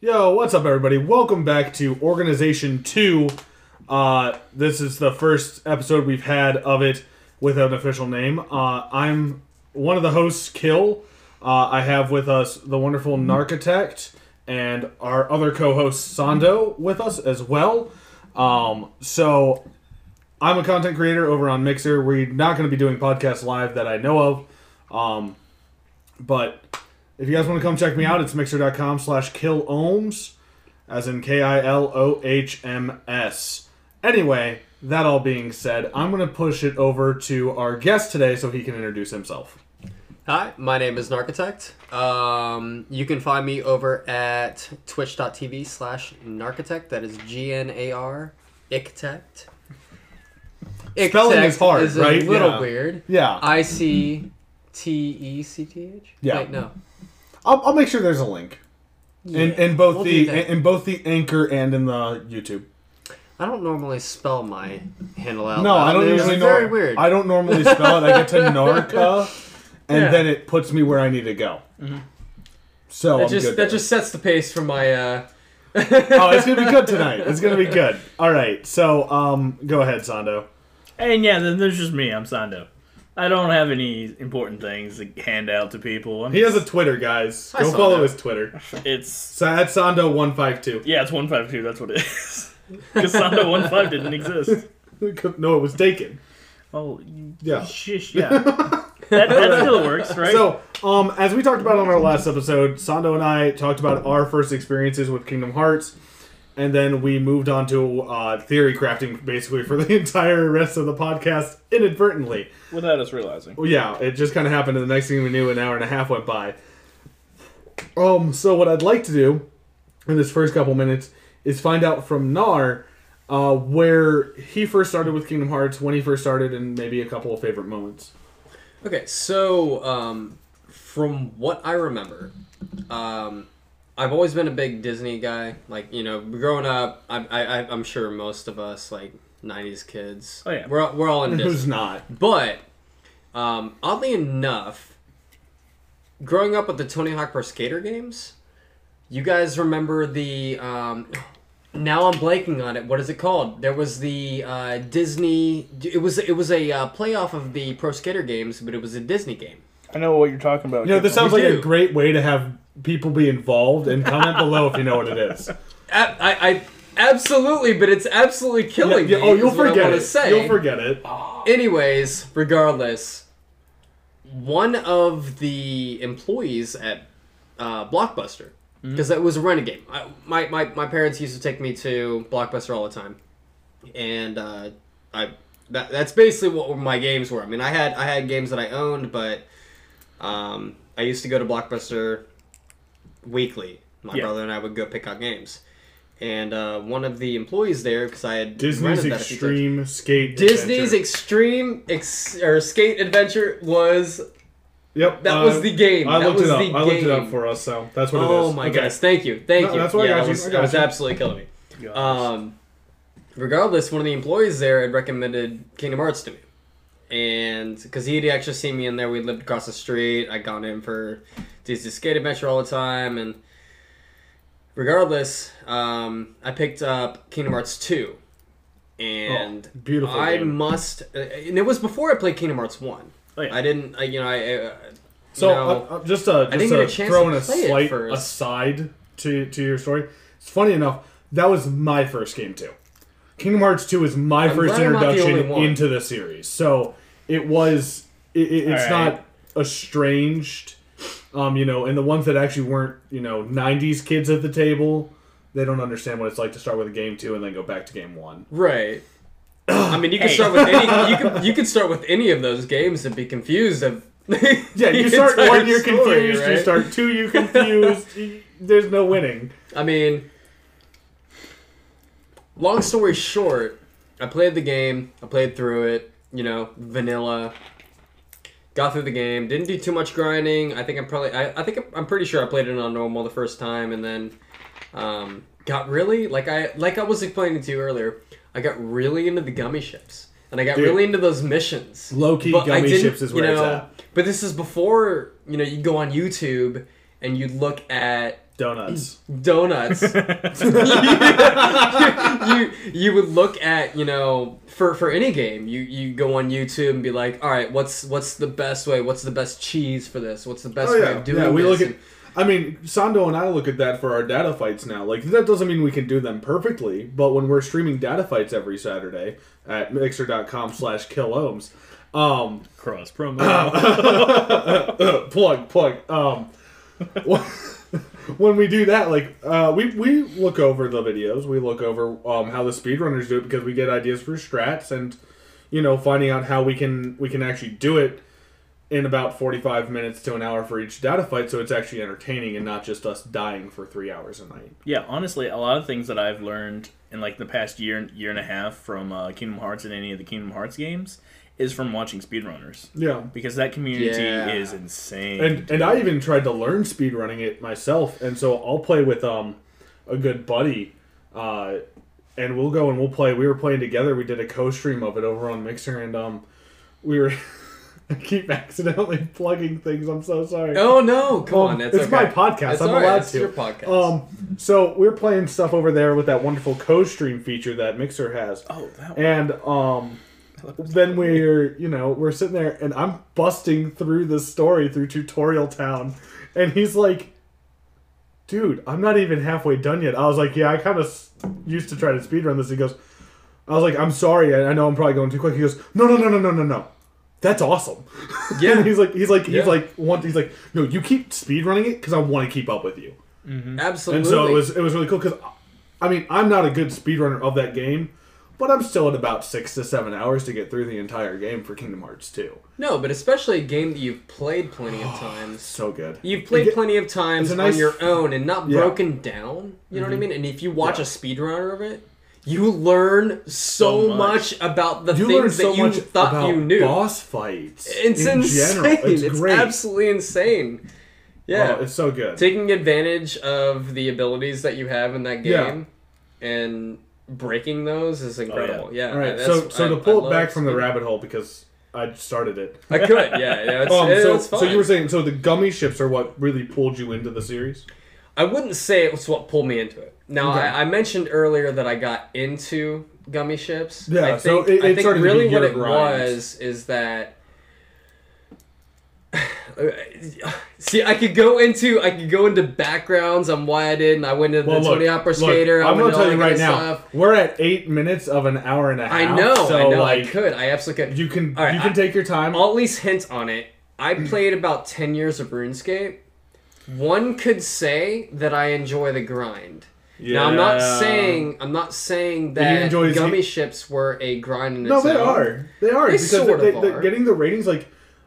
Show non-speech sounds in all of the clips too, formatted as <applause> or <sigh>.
Yo, what's up, everybody? Welcome back to Organization 2. Uh, this is the first episode we've had of it with an official name. Uh, I'm one of the hosts, Kill. Uh, I have with us the wonderful Narchitect and our other co host, Sando, with us as well. Um, so, I'm a content creator over on Mixer. We're not going to be doing podcasts live that I know of. Um, but if you guys want to come check me out, it's mixer.com slash kill ohms, as in K I L O H M S. Anyway, that all being said, I'm going to push it over to our guest today so he can introduce himself. Hi, my name is Narchitect. Um, you can find me over at twitch.tv slash Narchitect. That is G N A R Ictect. Spelling Ictect is hard, is a right? little Yeah. weird. Yeah. I C T E C T H? Yeah. Wait, no. I'll, I'll make sure there's a link. In, in both We'll do the that. in, in both the anchor and in the YouTube. I don't normally spell my handle out. No, loud. I don't It's usually very nor- weird. I don't normally spell it. I get <laughs> to Narca, and Yeah. then it puts me where I need to go. Mm-hmm. So That I'm just good that there. just sets the pace for my. uh oh, it's gonna be good tonight. It's gonna be good. All right. So, um, go ahead, Sando. And yeah, then there's just me. I'm Sando. I don't have any important things to hand out to people. I'm He has a Twitter, guys. I Go saw follow that. his Twitter. It's So at Sando one five two. <laughs> yeah, it's one five two. That's what it is. <laughs> Because Sando one five didn't exist. No, it was taken. Oh, you- Yeah. <laughs> shish, yeah. That, that still works, right? So, um, as we talked about on our last episode, Sando and I talked about our first experiences with Kingdom Hearts, and then we moved on to uh, theory crafting basically for the <laughs> entire rest of the podcast inadvertently. without us realizing, Well, yeah, it just kind of happened, and the next thing we knew, an hour and a half went by. Um, so what I'd like to do in this first couple minutes is find out from Nar uh, where he first started with Kingdom Hearts, when he first started, and maybe a couple of favorite moments. Okay, so um, from what I remember, um, I've always been a big Disney guy. Like you know, growing up, I, I, I- I'm sure most of us like '90s kids. Oh, yeah. we're all- we're <laughs> all in Who's Disney. not? But um, oddly enough, growing up with the Tony Hawk Pro Skater games, you guys remember the. Um, now I'm blanking on it. What is it called? There was the uh, Disney. It was it was a uh, playoff of the Pro Skater games, but it was a Disney game. I know what you're talking about. You know, this sounds We like a do. great way to have people be involved, and comment below if you know what it <laughs> is. I, I, I absolutely, but it's absolutely Yeah, killing yeah, me. oh, you'll is what I forget wanna it. Say. Oh, You'll forget it. Anyways, regardless, one of the employees at uh, Blockbuster, because that was a rented game. I, my, my, my parents used to take me to Blockbuster all the time, and uh, I that, that's basically what my games were. I mean, I had I had games that I owned, but um, I used to go to Blockbuster weekly. My Yeah. brother and I would go pick out games. And uh, one of the employees there, because I had Disney's rented that a few times- extreme skate. Disney's Adventure. Extreme ex- or Skate Adventure was Yep, uh, that was the game. I That looked was it up. the I looked it up game. for us, so that's what it is. oh my Okay. goodness! Thank you, thank No, you. that's what I Yeah, got that you, was, I that got was you. absolutely killing me. Um, regardless, one of the employees there had recommended Kingdom Hearts to me, and because he had actually seen me in there, we lived across the street. I'd gone in for Disney Skate Adventure all the time, and regardless, um, I picked up Kingdom Hearts two, and Oh, beautiful I game. must, uh, and it was before I played Kingdom Hearts one. Oh, yeah. I didn't, I, you know, I. Uh, So you know, uh, uh, just uh, just didn't uh, get a chance throwing to a play it slight first. aside to to your story. It's funny enough that was my first game too. Kingdom Hearts Two is my first glad I'm not the introduction only one. into the series, so it was it, it- it's All right. not estranged. Um, you know, and the ones that actually weren't you know '90s kids at the table, they don't understand what it's like to start with a game two and then go back to game one. Right. I mean, you can Hey. start with any you can you can start with any of those games and be confused of. <laughs> Yeah, you <laughs> the start entire one, you're story, confused. You right? start two, <laughs> you're confused. y- There's no winning. I mean, long story short, I played the game. I played through it. You know, vanilla. Got through the game. Didn't do too much grinding. I think I'm probably. I, I think I'm, I'm pretty sure I played it on normal the first time, and then um, got really like I like I was explaining to you earlier. I got really into the gummy ships, and I got Dude. really into those missions. Low-key But I gummy didn't- ships is you where it's know, at. But this is before you know you go on YouTube and you look at <clears throat> Donuts. <laughs> donuts, <laughs> you you would look at you know for for any game you you go on YouTube and be like all right what's what's the best way what's the best cheese for this what's the best Oh way yeah, of doing yeah. We this? look at. And- I mean, Sando and I look at that for our data fights now. Like that doesn't mean we can do them perfectly, but when we're streaming data fights every Saturday at mixer.com slash killohms, um, <laughs> <clears throat> Cross promo. <coughs> plug plug. Um, when we do that, like uh, we we look over the videos, we look over um, how the speedrunners do it because we get ideas for strats and you know finding out how we can we can actually do it in about 45 minutes to an hour for each data fight so it's actually entertaining and not just us dying for three hours a night yeah, honestly, a lot of things that I've learned in like the past year year and a half from uh, Kingdom Hearts and any of the Kingdom Hearts games is from watching speedrunners yeah because that community Yeah. is insane. and and i even tried to learn speedrunning it myself and so i'll play with um a good buddy uh and we'll go and we'll play we were playing together we did a co-stream of it over on mixer and um we were <laughs> I keep accidentally plugging things i'm so sorry oh no come on Um, that's it's okay. my podcast. It's I'm all right, allowed it's to. your podcast Um, <laughs> so we're playing stuff over there with that wonderful co-stream feature that Mixer has. oh, that And um, then we're you know we're sitting there and I'm busting through this story through Tutorial Town, and he's like, "Dude, I'm not even halfway done yet." I was like, "Yeah, I kind of used to try to speedrun this." He goes, "I was like, I'm sorry, I, I know I'm probably going too quick." He goes, "No, no, no, no, no, no, no." That's awesome. <laughs> Yeah. And he's like, he's like, he's Yeah. like, want, he's like, no, you keep speedrunning it because I want to keep up with you. absolutely And so it was it was really cool because I mean I'm not a good speedrunner of that game, but I'm still at about six to seven hours to get through the entire game for Kingdom Hearts 2. no but especially a game that you've played <sighs> plenty of times So good. You've played Again- plenty of times it's a nice- on your own and not Yeah. Mm-hmm. broken down. You know what I mean? And if you watch a speedrunner of it, you learn so, So much. much. about the You learn things so that you much thought about you knew. boss fights. it's in insane. General. It's, It's, great. absolutely insane. Yeah. Oh, it's so good. Taking advantage of the abilities that you have in that Yeah. game and breaking those is incredible. Yeah. All right. that's- So so I- to I pull it love back from the speed- rabbit hole because I started it. I could, yeah. <laughs> yeah it's, Um, so, it's fun. so you were saying so the gummy ships are what really pulled you into the series? I wouldn't say it was what pulled me into it. Now, Okay. I, I mentioned earlier that I got into gummy ships. Yeah, I think, so it- it I think started to really be what your it grind. was is that. <sighs> See, I could go into I could go into backgrounds on why I did, and I went into the twenty opera skater. I I'm went gonna into tell all you that right kind of now. Stuff. We're at eight minutes of an hour and a half. I know, So I know, like, I could, I absolutely could. you can All right, you can I- take your time. I'll at least hint on it. <clears throat> I played about 10 years of RuneScape. One could say that I enjoy the grind. Now I'm not Yeah. saying I'm not saying you that enjoy- gummy ships were a grind in no, its they own. are. They are They because sort they, of they- are. getting the ratings. Like,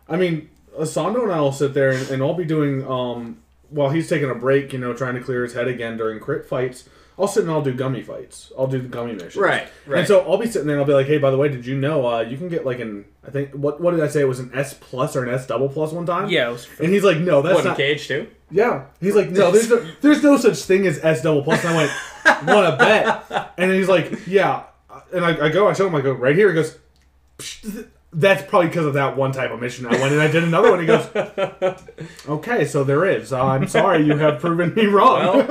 I mean, Asando and I will sit there and, and I'll be doing um while he's taking a break, you know, trying to clear his head again during crit fights. I'll sit and I'll do gummy fights. I'll do the gummy missions. Right, right. And so I'll be sitting there and I'll be like, hey, by the way, did you know uh, you can get like an I think what what did I say it was an S plus or an S double plus one time? yeah, it was And he's like, no, that's What in not. Cage too? Yeah. He's like, no, there's no, there's no such thing as S double plus. And I went, want to bet? And he's like, yeah. And I, I go, I show him, I go, right here. He goes, "Psh, th- that's probably because of that one type of mission I went and I did another one. He goes, okay, so there is. Uh, I'm sorry, you have proven me wrong.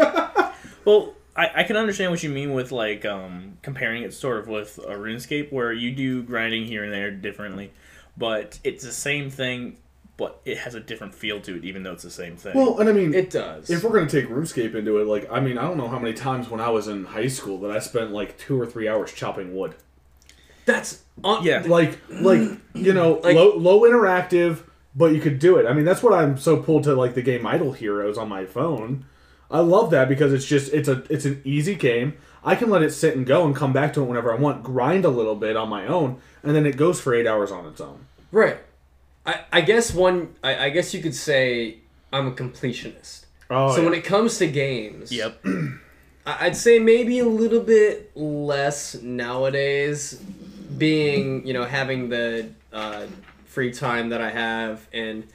Well, I, I can understand what you mean with like um, comparing it sort of with a RuneScape where you do grinding here and there differently, but it's the same thing, but it has a different feel to it, even though it's the same thing. Well, and I mean, It does. if we're going to take RuneScape into it, like, I mean, I don't know how many times when I was in high school that I spent like two or three hours chopping wood. That's on, yeah, like like you know Like- low low interactive but you could do it i mean that's what i'm so pulled to like the game idle heroes on my phone i love that because it's just it's a it's an easy game i can let it sit and go and come back to it whenever i want grind a little bit on my own and then it goes for eight hours on its own Right. I, I guess one I, I guess you could say I'm a completionist. oh so when it comes to games, yep. I- I'd say maybe a little bit less nowadays, being you know having the uh, free time that I have, and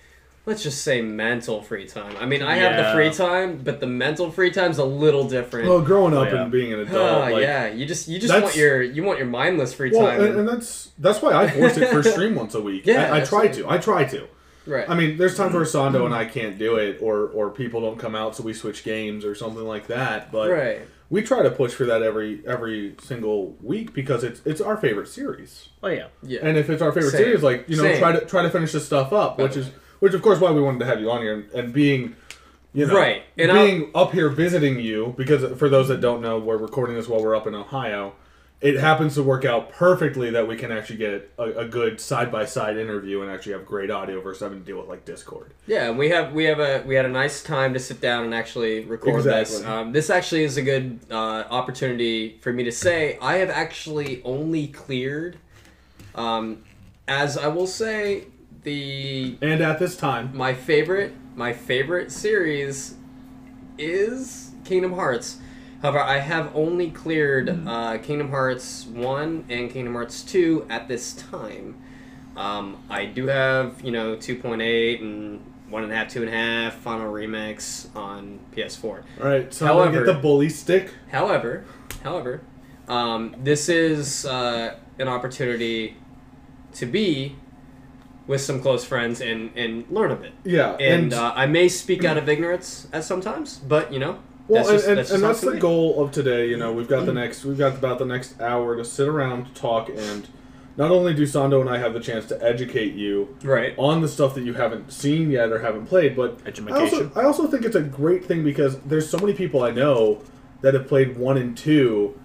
let's just say mental free time. I mean, I have the Yeah. free time, but the mental free time's a little different. well growing up Oh, yeah. and being an Oh adult like, yeah, you just you just that's- want your you want your mindless free well time. <laughs> and, and that's that's why i force it for stream once a week Yeah, i, I try absolutely. to i try to Right. I mean, there's times where Sando and I can't do it, or or people don't come out, so we switch games or something like that. But right. we try to push for that every every single week because it's it's our favorite series, Oh yeah. Yeah. and if it's our favorite Same. series, like you know, Same. try to try to finish this stuff up, which is which of course why we wanted to have you on here and, and being. You know, Right, and I'll- being up here visiting you because for those that don't know, we're recording this while we're up in Ohio. It happens to work out perfectly that we can actually get a, a good side by side interview and actually have great audio versus having to deal with like Discord. Yeah, and we have we have a we had a nice time to sit down and actually record this. Exactly. Um, this actually is a good uh, opportunity for me to say I have actually only cleared, um, as I will say the And at this time, my favorite my favorite series is Kingdom Hearts. However, I have only cleared uh, Kingdom Hearts one and Kingdom Hearts two at this time. Um, I do have you know two point eight and one and a half, two and a half final remix on PS4. All right, so However, Mm. However- get the bully stick. However, however, um, this is uh, an opportunity to be with some close friends and and learn a bit. Yeah, and uh, I may speak out of ignorance at sometimes, but you know, well, that's just, and, and, that's, just and how Mm-hmm. that's it's gonna the be. goal of today. You know, we've got the next, we've got about the next hour to sit around, talk, and not only do Sando and I have the chance to educate you right? on the stuff that you haven't seen yet or haven't played, but I also, Edumacation. I also think it's a great thing because there's so many people I know that have played one and two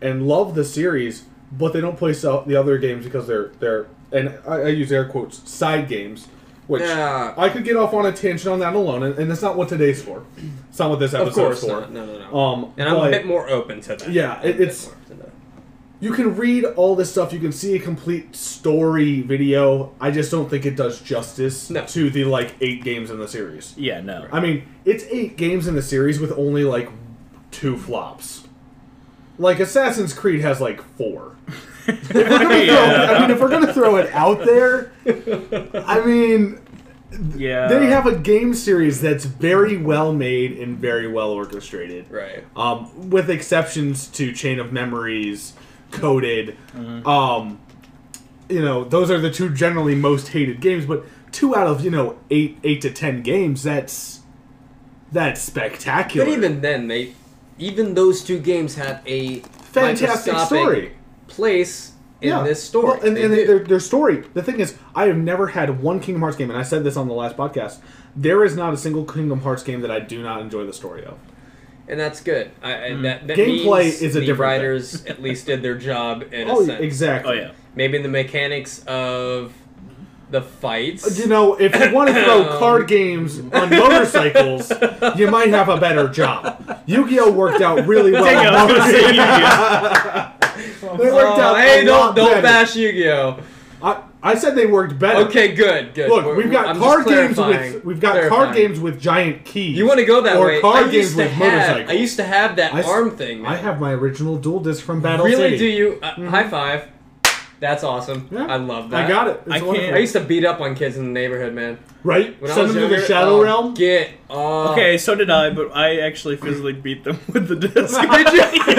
and love the series, but they don't play so- the other games because they're they're and I, I use air quotes side games, which Yeah. I could get off on a tangent on that alone, and, and that's not what today's for. It's not what this Of episode's course for. not. No, no, no. Um, and I'm but a bit more open to that. Yeah, I'm a it- bit it's- more open to that. you can read all this stuff. You can see a complete story video. I just don't think it does justice No. to the like eight games in the series. Yeah. No. I mean, it's eight games in the series with only like two flops. Like Assassin's Creed has like <laughs> four. if we're gonna throw, I mean, if we're gonna throw it out there, I mean, yeah. they have a game series that's very well made and very well orchestrated, Right. um, with exceptions to Chain of Memories, Coded. Mm-hmm. Um, you know, those are the two generally most hated games. But two out of you know eight, eight to ten games. That's that's spectacular. But even then, they, even those two games have a fantastic microscopic story. place in yeah. this story. Well, and, They and do. their, their story. The thing is, I have never had one Kingdom Hearts game, and I said this on the last podcast. There is not a single Kingdom Hearts game that I do not enjoy the story of. and that's good. I, and that, that Gameplay means is a the different thing. writers at least did their job in oh, a sense. exactly. <laughs> Oh yeah. Maybe in the mechanics of the fights. You know, if you want to <laughs> throw card games on motorcycles, you might have a better job. Yu-Gi-Oh worked out really Yeah, well. I on was gonna <laughs> say, motorcycles. <laughs> yeah. They worked Oh, out hey, a don't lot don't better. bash Yu-Gi-Oh. I, I said they worked better. Okay, good, good. Look, We're- we've got I'm just card games clarifying, with we've got clarifying. card games with giant keys. You want to go that or way? card I games used to with have, motorcycles. I used to have that I s- arm thing. I man. have my original dual disc from Battle City. really Mm-hmm. do you? Uh, High five. That's awesome. Yeah. I love that. I got it. It's I can't- wonderful. I used to beat up on kids in the neighborhood, man. right? When I Send them was to younger, the Shadow oh, Realm. Get off. Okay, so did I, but I actually physically beat them <laughs> with the disc. <laughs> Did you?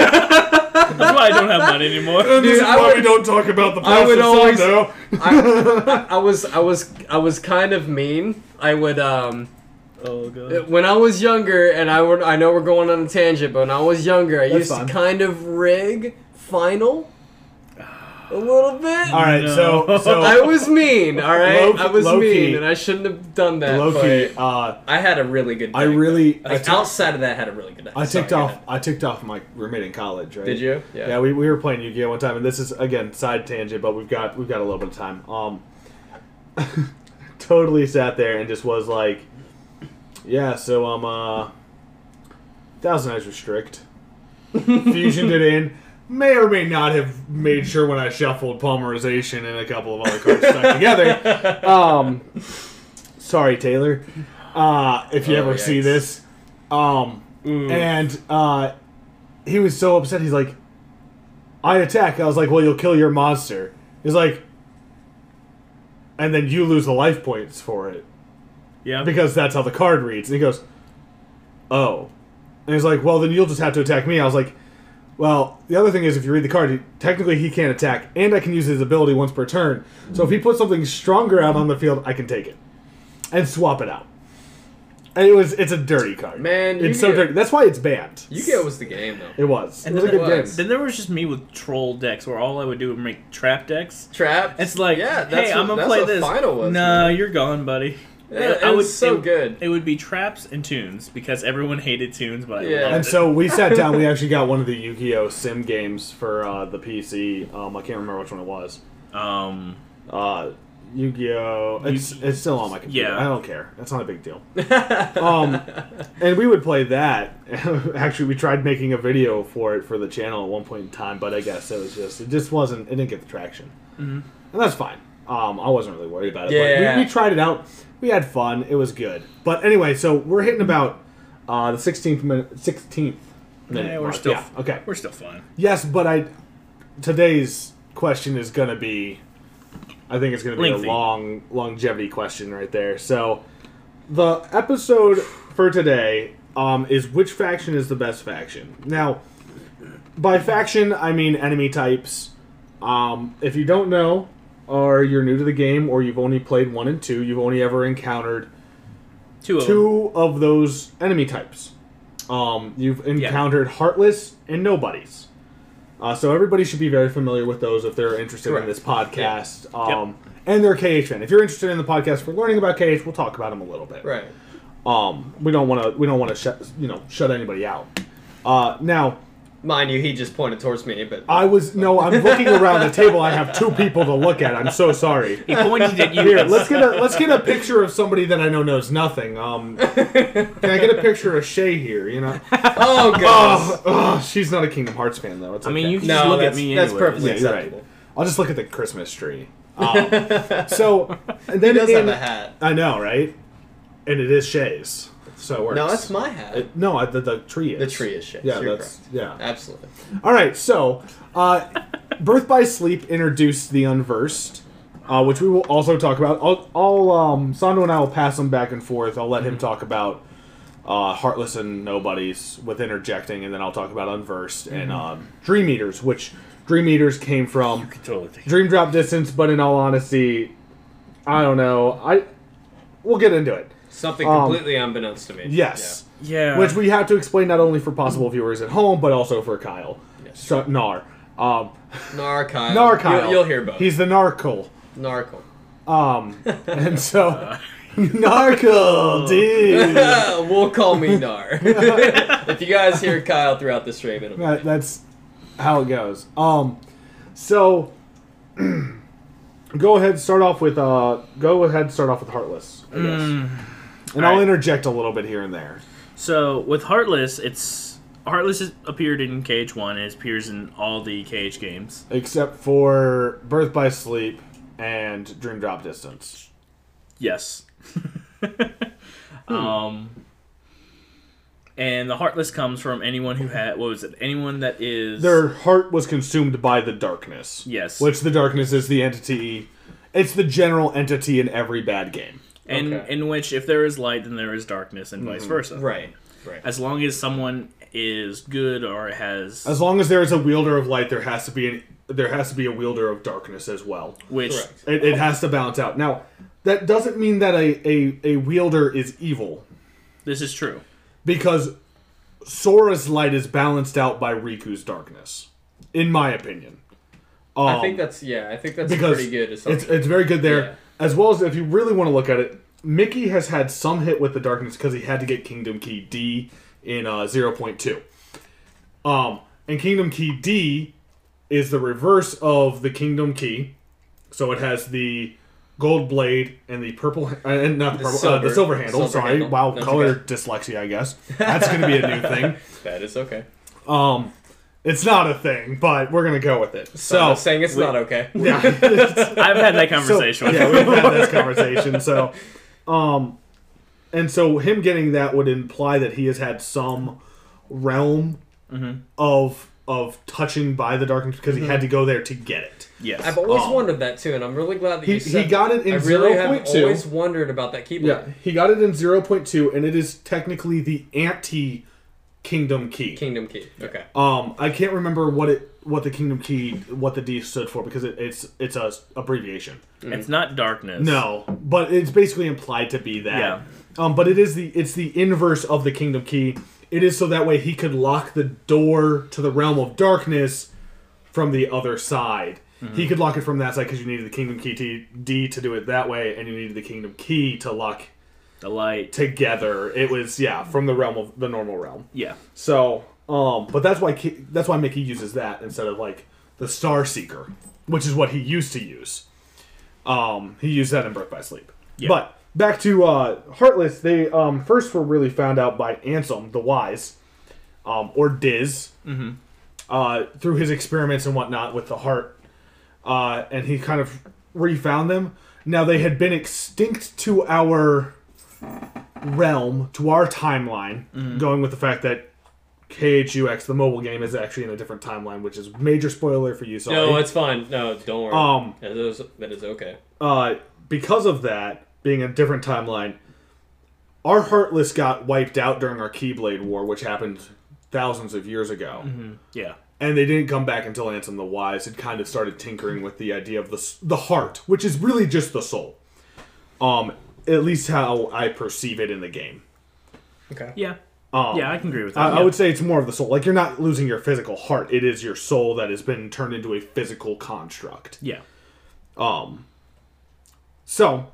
<laughs> That's why I don't have that anymore. And this Dude, is I why would- we don't talk about the I past would of always- <laughs> Sando. I, I was I was I was kind of mean. I would um Oh god. when I was younger, and I would I know we're going on a tangent, but when I was younger, I That's used fine. to kind of rig final a little bit. All right, so No. so I was mean, all Low- right. I was low-key. mean, and I shouldn't have done that. Loki, but uh, I had a really good. Day. I really I Like, took- outside of that, I had a really good. Day. I ticked Sorry, off. go ahead. I ticked off my roommate in college. Right? Did you? Yeah. we, we were playing Yu-Gi-Oh one time, and this is again side tangent, but we've got we've got a little bit of time. Um, <laughs> totally sat there and just was like, yeah. So um, uh, Thousand Eyes restrict. Fusioned it in. May or may not have made sure when I shuffled polymerization and a couple of other cards <laughs> stuck together. Um, sorry, Taylor. Uh, if you Oh, ever see yikes. Mm. this, um, Ooh. and uh, he was so upset. He's like, "I attack." I was like, "Well, you'll kill your monster." He's like, "And then you lose the life points for it Yeah. because that's how the card reads." And he goes, "Oh," and he's like, "Well, then you'll just have to attack me." I was like, "Well, the other thing is, if you read the card, he, technically he can't attack, and I can use his ability once per turn. So if he puts something stronger out on the field, I can take it." and swap it out. And it was it's a dirty card. Man, it's Yu-Gi-Oh! so dirty. That's why it's banned. Yu-Gi-Oh was the game though. It was. And it was a then good it was. game. Then there was just me with troll decks where all I would do would make trap decks. Trap. It's like, yeah, that's hey, what, I'm gonna that's play what this. Final was. nah, you're gone, buddy. man. yeah, it was so it- good. It would be traps and tunes because everyone hated tunes, but I Yeah. loved And it. so we sat down. We actually got one of the Yu-Gi-Oh sim games for uh, the PC. Um, I can't remember which one it was. um, Uh, Yu-Gi-Oh. It's it's still on my computer. Yeah. I don't care. That's not a big <laughs> deal. um, and we would play that. <laughs> actually, we tried making a video for it for the channel at one point in time, but I guess it was just it just wasn't it didn't get the traction. Mm-hmm. And that's fine. Um, I wasn't really worried about it. But Yeah. we, we tried it out. We had fun. It was good. But anyway, so we're hitting about uh, the 16th minute. 16th. minute Yeah, we're mark. still- Yeah, okay. we're still fine. Yes, but I today's question is going to be I think it's going to be Lengthy. a long longevity question right there. So the episode for today um, is which faction is the best faction. Now, by faction, I mean enemy types. Um, if you don't know, or you're new to the game, or you've only played one and two, you've only ever encountered Two of them. two of those enemy types. Um, you've encountered Heartless and Nobodies. Uh, so everybody should be very familiar with those if they're interested in Correct. this podcast. Um, And they're KH fan. If you're interested in the podcast for learning about KH, we'll talk about them a little bit. Right. Um, we don't want to. We don't want to shut you know shut anybody out. Uh, now Mind you, he just pointed towards me, but I was no. I'm looking around the table. I have two people to look at. I'm so sorry. He pointed <laughs> at you. Here, and let's get a let's get a picture of somebody that I know knows nothing. Um, can I get a picture of Shay here? You know, oh gosh, <laughs> oh, oh, she's not a Kingdom Hearts fan though. It's I mean, okay. you can No, just look at that's- me. that's anyways. perfectly- Yeah, you're right. acceptable. Oh. I'll just look at the Christmas tree. Um, <laughs> <laughs> so and then he does again, have a hat. I know, right? And it is Shay's, so it works. No, that's my hat. It- no, I- the, the tree is the tree is shit. Yeah, You're that's correct. yeah. Absolutely. All right, so uh, Birth by Sleep introduced the Unversed, uh, which we will also talk about. I'll, I'll um, Sando and I will pass them back and forth. I'll let him talk about uh, Heartless and Nobodies with interjecting, and then I'll talk about Unversed and um, Dream Eaters, which Dream Eaters came from <laughs> Totally take- Dream Drop Distance. But in all honesty, I don't know. I we'll get into it. Something Um, completely unbeknownst to me. Yes Yeah. which we have to explain not only for possible viewers at home but also for Kyle. Yes. So Nar, um, Yeah. Nar Kyle. Nar Kyle. You'll, you'll hear both. He's the <laughs> narcle. <laughs> Narkle. Um, and <laughs> so Oh. narcle, dude. we'll call <laughs> me Nar. if you guys hear Kyle throughout the stream, it'll be. That- that's how it goes. Um, so <clears throat> go ahead, start off with uh, go ahead, start off with heartless, I guess. Mm. and I'll Alright. interject a little bit here and there. So with Heartless, it's Heartless has appeared in KH one and it appears in all the KH games. Except for Birth by Sleep and Dream Drop Distance. Yes. <laughs> Hmm. Um. And the Heartless comes from anyone who had what was it? Anyone that is Their heart was consumed by the darkness. yes, Which the darkness is the entity. It's the general entity in every bad game. and Okay. Mm-hmm. in which if there is light, then there is darkness, and vice versa. Right. Right. As long as someone is good or has As long as there is a wielder of light, there has to be an, there has to be a wielder of darkness as well. which Correct. It, it has to balance out. Now, that doesn't mean that a, a, a wielder is evil, this is true. because Sora's light is balanced out by Riku's darkness, in my opinion. Um, I think that's yeah. I think that's a because pretty good. It's, assumption. it's very good there. Yeah. As well as if you really want to look at it, Mickey has had some hit with the darkness because he had to get Kingdom Key D in uh, 0.2. Um, and Kingdom Key D is the reverse of the Kingdom Key. So it has the gold blade and the purple, uh, and not the, purple, uh, silver- the silver handle. silver sorry. handle. Wow, That's color okay. dyslexia, I <laughs> guess. That's going to be a new thing. that is okay. Um, it's not a thing, but we're going to go with it. So, I'm saying it's <laughs> not okay. yeah. I've had <laughs> that conversation. with yeah, him. we've had this conversation. So, um, and so him getting that would imply that he has had some realm Mm-hmm. of of touching by the darkness because he had to go there to get it. yes. I've always Um, wondered that too, and I'm really glad that He, you said. he got it I in really zero have point two. always wondered about that keyblade. Yeah, he got it in zero point two, and it is technically the anti Kingdom Key. Kingdom Key. Okay. Um, I can't remember what it what the Kingdom Key what the D stood for because it, it's it's a s- abbreviation. It's not darkness. No, but it's basically implied to be that. Yeah. Um, but it is the it's the inverse of the Kingdom Key. It is so that way he could lock the door to the realm of darkness from the other side. He could lock it from that side because you needed the Kingdom Key to, D to do it that way, and you needed the Kingdom Key to lock the light. together. It was yeah from the realm of the normal realm. Yeah, So, um, but that's why Ki- that's why Mickey uses that instead of like the Star Seeker, which is what he used to use. Um, he used that in Birth by Sleep. Yeah. But back to uh, Heartless, they um, first were really found out by Anselm the Wise, um, or Diz, uh, through his experiments and whatnot with the heart, uh, and he kind of refound them. Now they had been extinct to our realm, to our timeline, going with the fact that KHUX, the mobile game, is actually in a different timeline, which is major spoiler for you. Sorry. No, it's fine. No, don't worry. Um, it is, it is okay. uh, because of that being a different timeline, our Heartless got wiped out during our Keyblade War, which happened thousands of years ago, yeah, and they didn't come back until Ansem the Wise had kind of started tinkering with the idea of the s- the heart, which is really just the soul. Um, at least how I perceive it in the game. Okay. yeah, Oh. Um, yeah. I can agree with that. I, I yeah. would say it's more of the soul. Like you're not losing your physical heart; it is your soul that has been turned into a physical construct. yeah, Um. So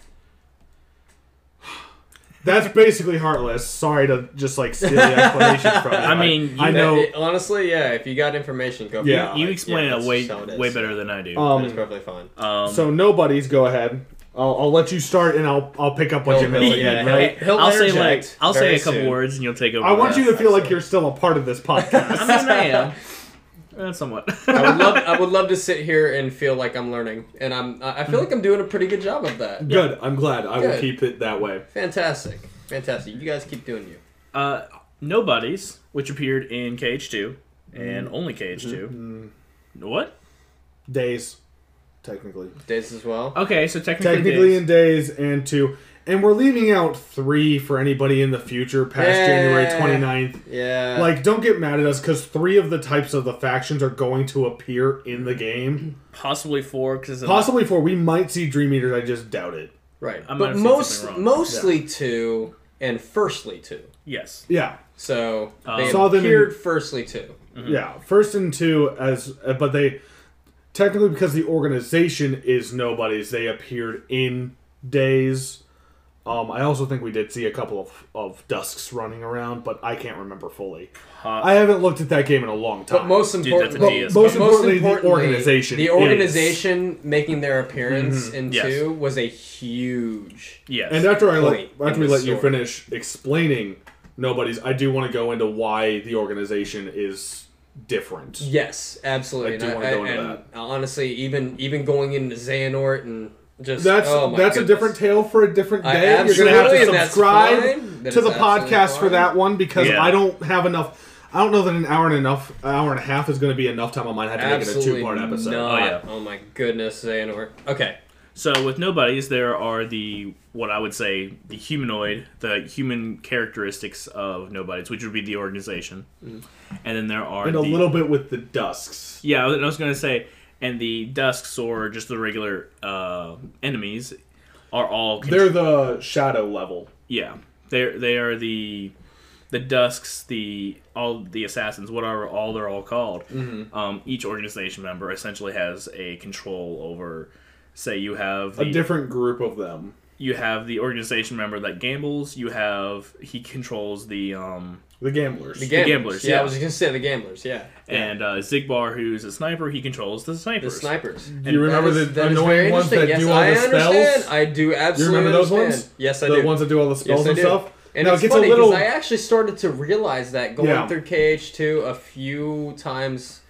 that's basically heartless. Sorry to just like steal the explanation <laughs> from you. I mean, I you- know. It- honestly, yeah. If you got information, go. Yeah. for it. you explain yeah, it that's way just how it is. Oh. way better than I do. That is um, perfectly fine. um, so nobodies, go ahead. I'll, I'll let you start, and I'll I'll pick up what He'll- you missed. he'll- Oh, yeah, again, right? he'll I'll say interject like I'll very say a couple soon. words and you'll take over. I want you to feel like absolutely. you're still a part of this podcast. <laughs> I mean, I am. <laughs> Uh, somewhat. I would love. I would love to sit here and feel like I'm learning, and I'm. I I feel like I'm doing a pretty good job of that. Good. I'm glad. I will Good. keep it that way. Fantastic, fantastic. You guys keep doing you. uh, Nobodies, which appeared in KH2 and Mm. only Mm-hmm. KH2. What? Days, technically. <laughs> Days as well. Okay, so technically, Technically days. in days and two. And we're leaving out three for anybody in the future past Yeah. January 29th. Yeah. Like, don't get mad at us because three of the types of the factions are going to appear in the game. possibly four because Possibly four. We might see Dream Eaters. I just doubt it. right. I might but have said most something wrong. mostly two and firstly two. yes, Yeah, So Oh. they Saw them in- appeared firstly two. yeah. First and two as, uh, but they technically because the organization is nobody's. They appeared in days. Um, I also think we did see a couple of, of dusks running around, but I can't remember fully. I haven't looked at that game in a long time. But most Dude, that's important, a but DS. Most importantly, the organization The is- organization making their appearance in Yes. two was a huge. yes, And after I point let in after we the let you story. finish explaining nobody's, I do want to go into why the organization is different. Yes, absolutely. I do and wanna go into and that. honestly, even even going into Xehanort and just That's oh my that's a goodness. different tale for a different I day. You're gonna have absolutely- and to that's subscribe fine. That to is the absolutely podcast for fine. that one because Yeah. I don't have enough. I don't know that an hour and enough, an hour and a half is going to be enough time on mine. I had to Absolutely make it a two-part episode. Not. Oh, yeah. oh my goodness, Xehanort. Okay, So with nobodies, there are the what I would say the humanoid, the human characteristics of nobodies, which would be the organization, and then there are Mm. And the, a little bit with the dusks. yeah. I was going to say, and the dusks or just the regular uh, enemies are all con- They're the shadow level. yeah. They they are the the dusks, the all the assassins, whatever all they're all called. Mm-hmm. Um, each organization member essentially has a control over. Say you have A the different group of them. you have the organization member that gambles you have he controls the um The gamblers. the gamblers. gamblers, Yeah, yeah. I was gonna say the gamblers. Yeah, and uh zigbar who's a sniper he controls the the snipers snipers. do you remember That is- the that is annoying very ones that interesting. do Yes, all the I understand. spells? I do You absolutely. remember those understand. ones? Yes, I the do. ones that do all the yes, spells I and do. stuff. And now it's it gets funny a little. because I actually started to realize that going Yeah. through KH2 a few times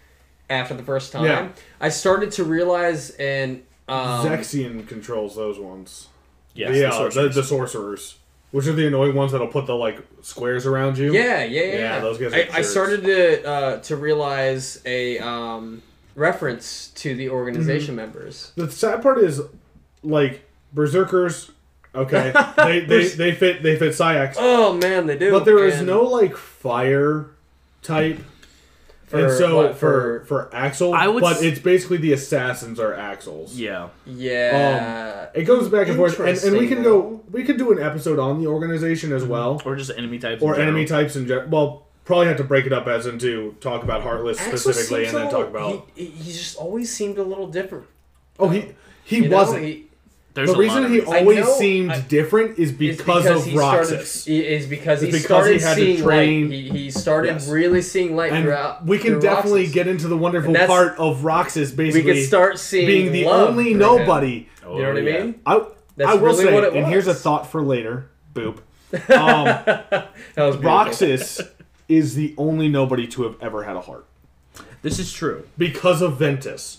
after the first time, Yeah. I started to realize and um, Zexion controls those ones. yes yeah, the the sorcerers. the sorcerers, which are the annoying ones that'll put the like squares around you. Yeah, yeah, yeah. Yeah, those guys are I, I jerks. started to uh, to realize a um, reference to the organization Mm-hmm. members. The sad part is, like berserkers. <laughs> Okay, they, they they fit they fit Syax, Oh man, they do. but there is and- no like fire type. For and so what, for for Axel, I would but s- it's basically the assassins are Axels. Yeah. yeah. It goes back and forth, and, and we Interesting, can go. We could do an episode on the organization as well, Or just enemy types. in or enemy general. types in general. Well, probably have to break it up as into talk about Heartless Axel specifically, seems and then a talk little- about. He, he just always seemed a little different. oh, he he You know, wasn't. he- There's the a lot reason of he reasons. I always know- seemed I- different is is because, of he started- Roxas. Is because he It's because started he had to seeing train- light. He, he started Yes. really seeing light throughout. and we can through definitely Roxas. get into the wonderful And that's- part of Roxas We basically could start seeing being the love only for nobody. Him. You Oh, know what I Oh, yeah. mean? I That's I will really say, what it and here's a was. thought for later. Boop. Um, That was beautiful. Roxas is the only nobody to have ever had a heart This is true. because of Ventus.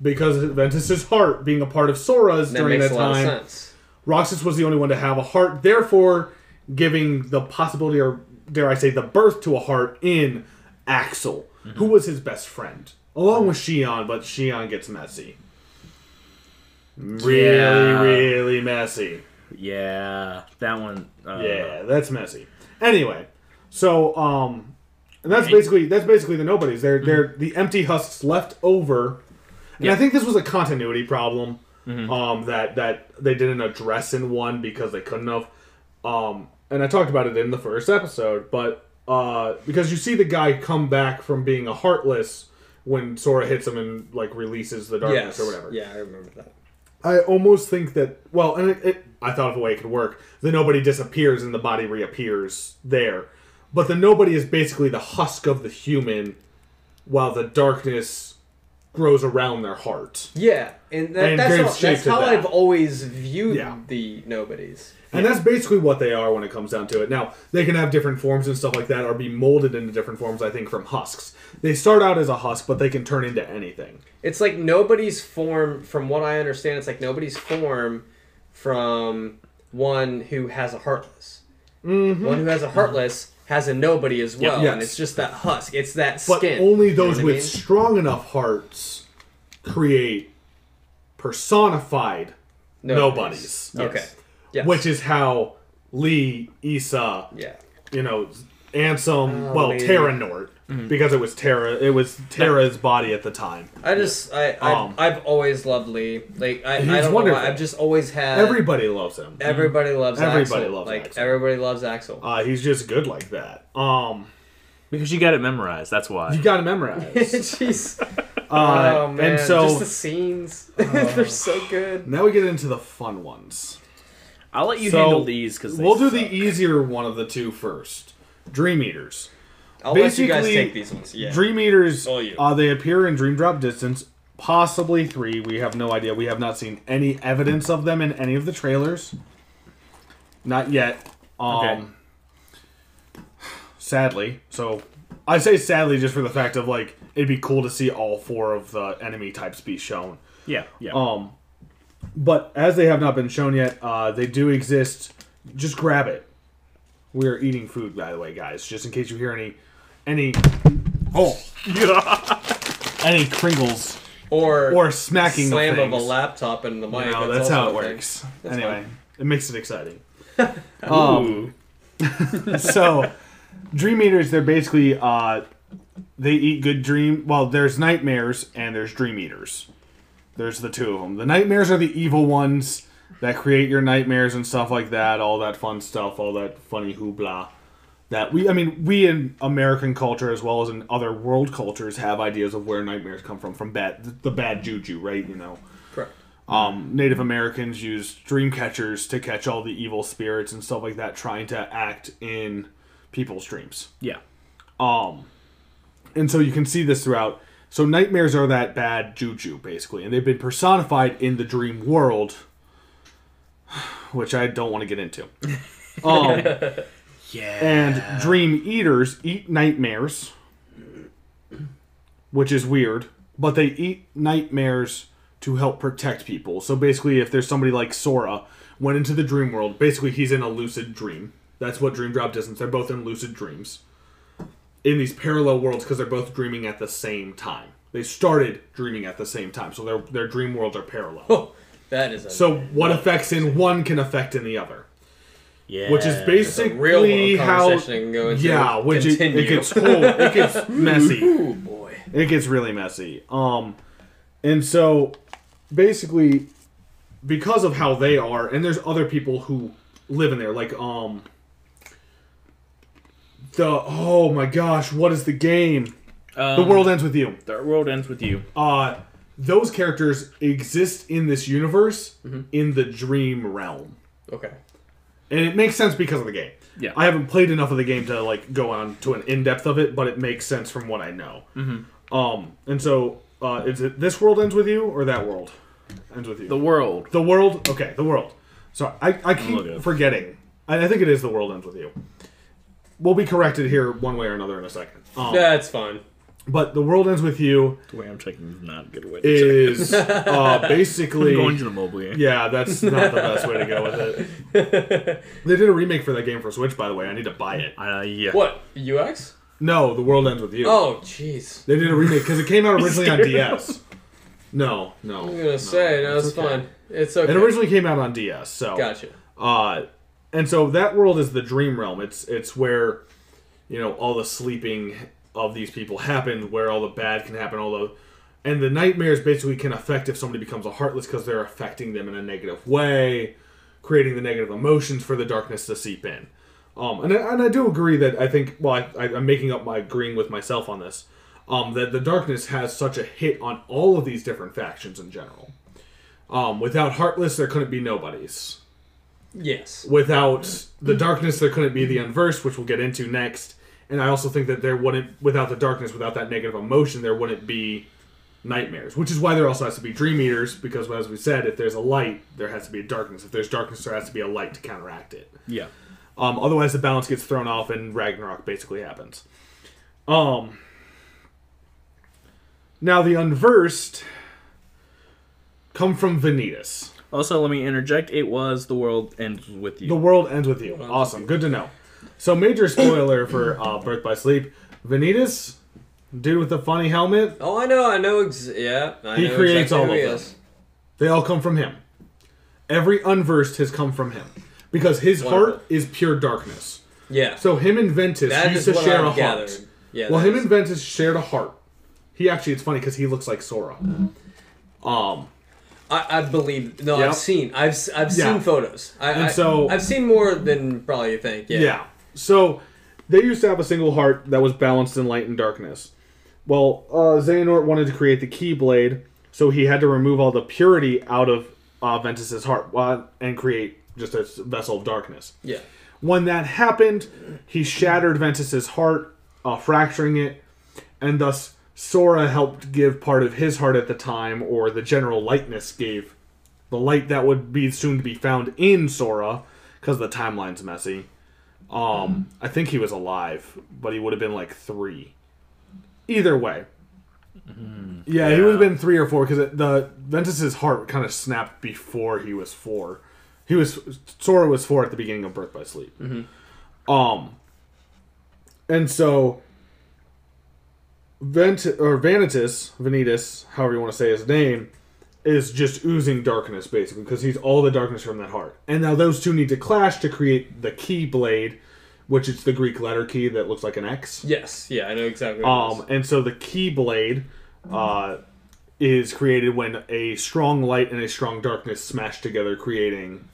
Because of Ventus's heart being a part of Sora's Mm-hmm. That during makes that a lot of time, sense. Roxas was the only one to have a heart, therefore giving the possibility, or dare I say, the birth to a heart in Axel, who Mm-hmm. was his best friend, along with Shion. But Shion gets messy, really, Yeah. really messy. Yeah. That one. Uh, Yeah, that's messy. Anyway, so um, and that's basically that's basically the nobodies. They're they're the empty husks left over, and I think this was a continuity problem um, that that they didn't address in one because they couldn't have. Um, and I talked about it in the first episode, but uh, because you see the guy come back from being a heartless when Sora hits him and like releases the darkness Yes. or whatever. Yeah, I remember that. I almost think that well, and it, it, I thought of a way it could work. The nobody disappears and the body reappears there, but the nobody is basically the husk of the human, while the darkness grows around their heart. Yeah, and, that, And that's Graves how, that's shaped it how that. I've always viewed Yeah. the nobodies. And that's basically what they are when it comes down to it. Now, they can have different forms and stuff like that, or be molded into different forms, I think, from husks. They start out as a husk, but they can turn into anything. It's like nobody's form, from what I understand, it's like nobody's form from one who has a heartless. Mm-hmm. One who has a heartless has a nobody as well, and Yes. it's just that husk. It's that But skin. only You know those what I with mean? strong enough hearts create personified nobodies. Okay. <laughs> Yes. which is how Lee, Issa, yeah. you know, Ansem, Oh, well, Lee. Terra Nort, Mm-hmm. because it was Terra, it was Terra's body at the time. I just I, I Um, I've always loved Lee. Like I, I He's don't know wonderful. why. I've just always had Everybody loves him. everybody loves Everybody Axel. loves like Axel. everybody loves Axel. Uh, he's just good like that. Um, Because you got it memorized. That's why. you got to <laughs> memorize. <laughs> Jeez. Uh, oh man. and so Uh, just the scenes. <laughs> They're so good. now we get into the fun ones. I'll let you So, handle these because We'll do the e- easier one of the two first. Dream Eaters. I'll let Basically, you guys take these ones. Yeah. Dream Eaters, All you. uh, they appear in Dream Drop Distance, possibly three. We have no idea. We have not seen any evidence of them in any of the trailers. Not yet. Um, Okay. Sadly. So I say sadly just for the fact of like, it'd be cool to see all four of the enemy types be shown. Yeah. Yeah. <laughs> Um, but as they have not been shown yet, uh, they do exist. Just grab it. We are eating food, by the way, guys. Just in case you hear any, any, oh, any crinkles or or smacking slam of, of, things. a laptop into the mic. No, that's, also how it a thing. works. Anyway, fine. it makes it exciting. um, <laughs> so dream eaters they're basically uh they eat good dream well there's nightmares and there's dream eaters there's the two of them the nightmares are the evil ones that create your nightmares and stuff like that all that fun stuff all that funny hoopla that we i mean we in american culture as well as in other world cultures have ideas of where nightmares come from from bad the bad juju right you know Correct. um, Native Americans used dream catchers to catch all the evil spirits and stuff like that, trying to act in people's dreams. yeah. And so you can see this throughout. So nightmares are that bad juju, basically, and they've been personified in the dream world, which I don't want to get into. Um, Yeah. and dream eaters eat nightmares, which is weird, but they eat nightmares to help protect people. So basically, if there's somebody like Sora went into the dream world, basically he's in a lucid dream. That's what dream drop distance. They're both in lucid dreams in these parallel worlds because they're both dreaming at the same time. They started dreaming at the same time, so their their dream worlds are parallel. That is a So what affects in one can affect in the other. Yeah. which is It's a basically real world how conversation I can go into. yeah, which it, Continue. it gets whole, it gets messy. <laughs> Ooh boy. It gets really messy. Um, and so basically, because of how they are, and there's other people who live in there, like um, the oh my gosh, what is the game? Um, The world ends with you. The world ends with you. Uh, those characters exist in this universe Mm-hmm. in the dream realm. Okay. and it makes sense because of the game. Yeah. I haven't played enough of the game to like go on to an in depth of it, but it makes sense from what I know. Mm-hmm. Um, and so uh, is it this world ends with you or that world ends with you? The world. The world, okay, the world. So I, I looking it keep up. forgetting. I, I think it is the world ends with you. We'll be corrected here one way or another in a second. Um, That's fine. But the world ends with you The way I'm checking is not a good way to check. is uh, basically I'm going to the mobile game. yeah, that's not the best way to go with it. They did a remake for that game for Switch, by the way. I need to buy it. Uh, yeah. What UX? No, the world ends with you. Oh jeez. They did a remake because it came out originally <laughs> on DS. No, no. I'm gonna say no, it's fine. It's okay. It originally came out on DS. So gotcha. Uh, and so that world is the dream realm. It's it's where you know all the sleeping of these people happen, where all the bad can happen, all the and the nightmares basically can affect if somebody becomes a heartless because they're affecting them in a negative way, creating the negative emotions for the darkness to seep in. Um, and, I, and I do agree that I think well I, I, I'm making up my agreeing with myself on this um, that the darkness has such a hit on all of these different factions in general. Um, without heartless, there couldn't be nobodies Yes. without the darkness there couldn't be the unverse which we'll get into next and i also think that there wouldn't without the darkness without that negative emotion there wouldn't be nightmares which is why there also has to be dream eaters because as we said if there's a light there has to be a darkness if there's darkness there has to be a light to counteract it Yeah. um, otherwise the balance gets thrown off and ragnarok basically happens um, now the unversed come from venetus Also, let me interject. It was the world ends with you. The world ends with you. Awesome. Good to know. So, major spoiler for uh, Birth by Sleep. Vanitas, dude with the funny helmet, Oh, I know. I know. Ex- yeah. I He know creates exactly all who he of them. is. they all come from him. Every unversed has come from him. Because his Wonderful. heart is pure darkness. Yeah. So, him and Ventus that used is to what share I a gathered. heart. Yeah. Well, that him is- and Ventus shared a heart. He actually, it's funny because he looks like Sora. Um, I, I believe no. Yeah. I've seen. I've s- I've Yeah. seen photos. I, And I, so- I've seen more than probably you think. Yeah. Yeah. So they used to have a single heart that was balanced in light and darkness. Well, uh, Xehanort wanted to create the Keyblade, so he had to remove all the purity out of uh, Ventus's heart uh, and create just a s- vessel of darkness. Yeah. When that happened, he shattered Ventus's heart, uh, fracturing it, and thus Sora helped give part of his heart at the time, or the general lightness gave the light that would be soon to be found in Sora, because the timeline's messy. Um, I think he was alive, but he would have been like three. Either way, yeah, he would have been three or four because the Ventus's heart kind of snapped before he was four. He was Sora was four at the beginning of Birth by Sleep. Um, and so Vent or Vanitas, Vanitas, however you want to say his name, is just oozing darkness basically because he's all the darkness from that heart. And now those two need to clash to create the key blade, which is the Greek letter key that looks like an X. Yes. Yeah. I know exactly. Who Um, and so the Keyblade uh, is created when a strong light and a strong darkness smash together, creating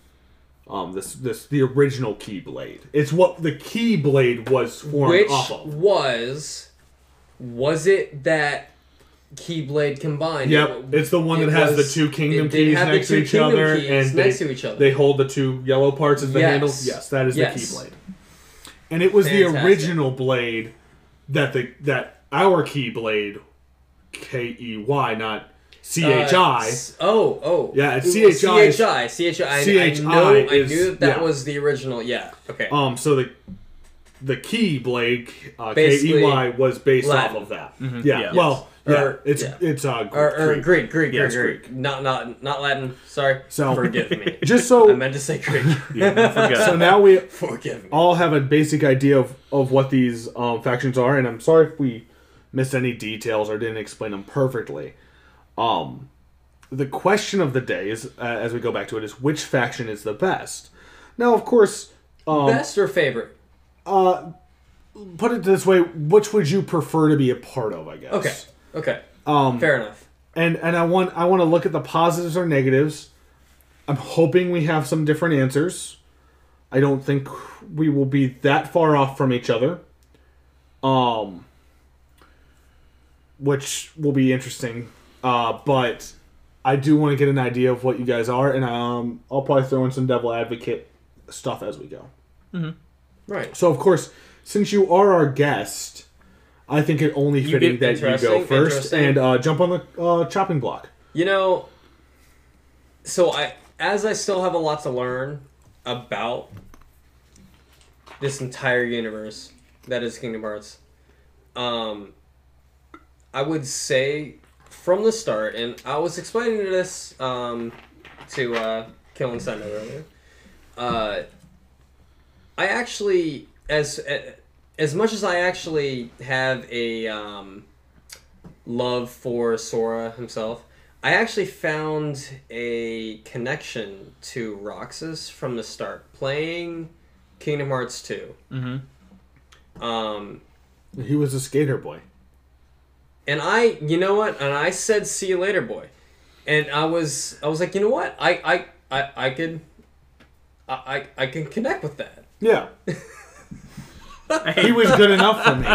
um, this this the original Keyblade. It's what the Keyblade was formed Which off of. was was it that Keyblade combined? Yep, It- it's the one that it has was- the two kingdom it did keys have the next to two each kingdom other, keys and they, next to each other. they hold the two yellow parts as the Yes. handles. Yes, that is Yes. the Keyblade, and it was the Fantastic. original blade that the that our Keyblade, K E Y, not C uh, H I. s- Oh, oh. Yeah, it's Ooh, CHI. CHI. CHI. I- CHI I know. is- I knew that, that yeah. was the original. Yeah. Okay. Um, so the the key Blake uh, K Basically, E Y was based Latin. off of that. Yeah. yeah. Well, yeah, Or- it's yeah. it's uh, Greek. or, or Greek. Greek, Greek, Yeah, Greek, it's Greek. Greek. Not, not, not Latin. Sorry. So- forgive me. Just I so meant to say Greek. <laughs> I forgot. so now we forgive me. all have a basic idea of, of what these um, factions are, and I'm sorry if we missed any details or didn't explain them perfectly. Um, the question of the day is, uh, as we go back to it, is which faction is the best? Now, of course, Best or favorite? Put it this way: which would you prefer to be a part of? I guess. Okay. Okay. Um, Fair enough. And and I want I want to look at the positives or negatives. I'm hoping we have some different answers. I don't think we will be that far off from each other. Um, which will be interesting. Uh, but I do want to get an idea of what you guys are, and um, I'll probably throw in some devil advocate stuff as we go. Right. So of course, since you are our guest, I think it only fitting get- that you go interesting, first interesting. and uh, jump on the uh, chopping block. You know, so I as I still have a lot to learn about this entire universe that is Kingdom Hearts. Um I would say from the start, and I was explaining this um, to uh, Kill and Sendo earlier. Uh, I actually, as as much as I actually have a um, love for Sora himself, I actually found a connection to Roxas from the start playing Kingdom Hearts 2. Mm-hmm. Um, He was a skater boy. and I, you know what? And I said, "See you later, boy." And I was, I was like, you know what? I, I, I, I could, I, I, I can connect with that. Yeah. he was good enough for me,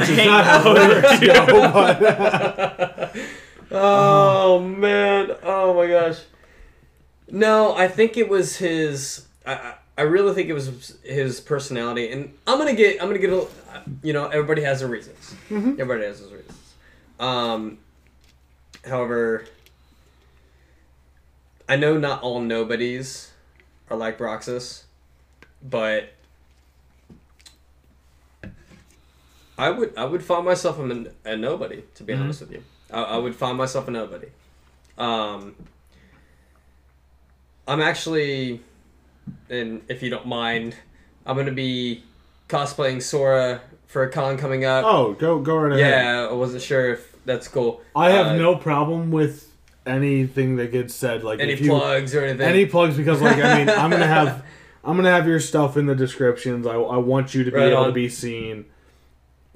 which is not how lyrics go. But Oh man! Oh my gosh! No, I think it was his. I, I, I really think it was his personality, and I'm gonna get. I'm gonna get. A, you know, everybody has their reasons. Everybody has their reasons. Um, however, I know not all nobodies are like Roxas, but I would I would find myself a, n- a nobody to be honest with you. I, I would find myself a nobody. Um, I'm actually, and if you don't mind, I'm gonna be cosplaying Sora for a con coming up. <laughs> oh, go go right ahead. yeah, I wasn't sure if that's cool. I have Uh, no problem with anything that gets said. Like any if you, plugs or anything. any plugs because like I mean <laughs> I'm gonna have I'm gonna have your stuff in the descriptions. I, I want you to be Right able to on. be seen.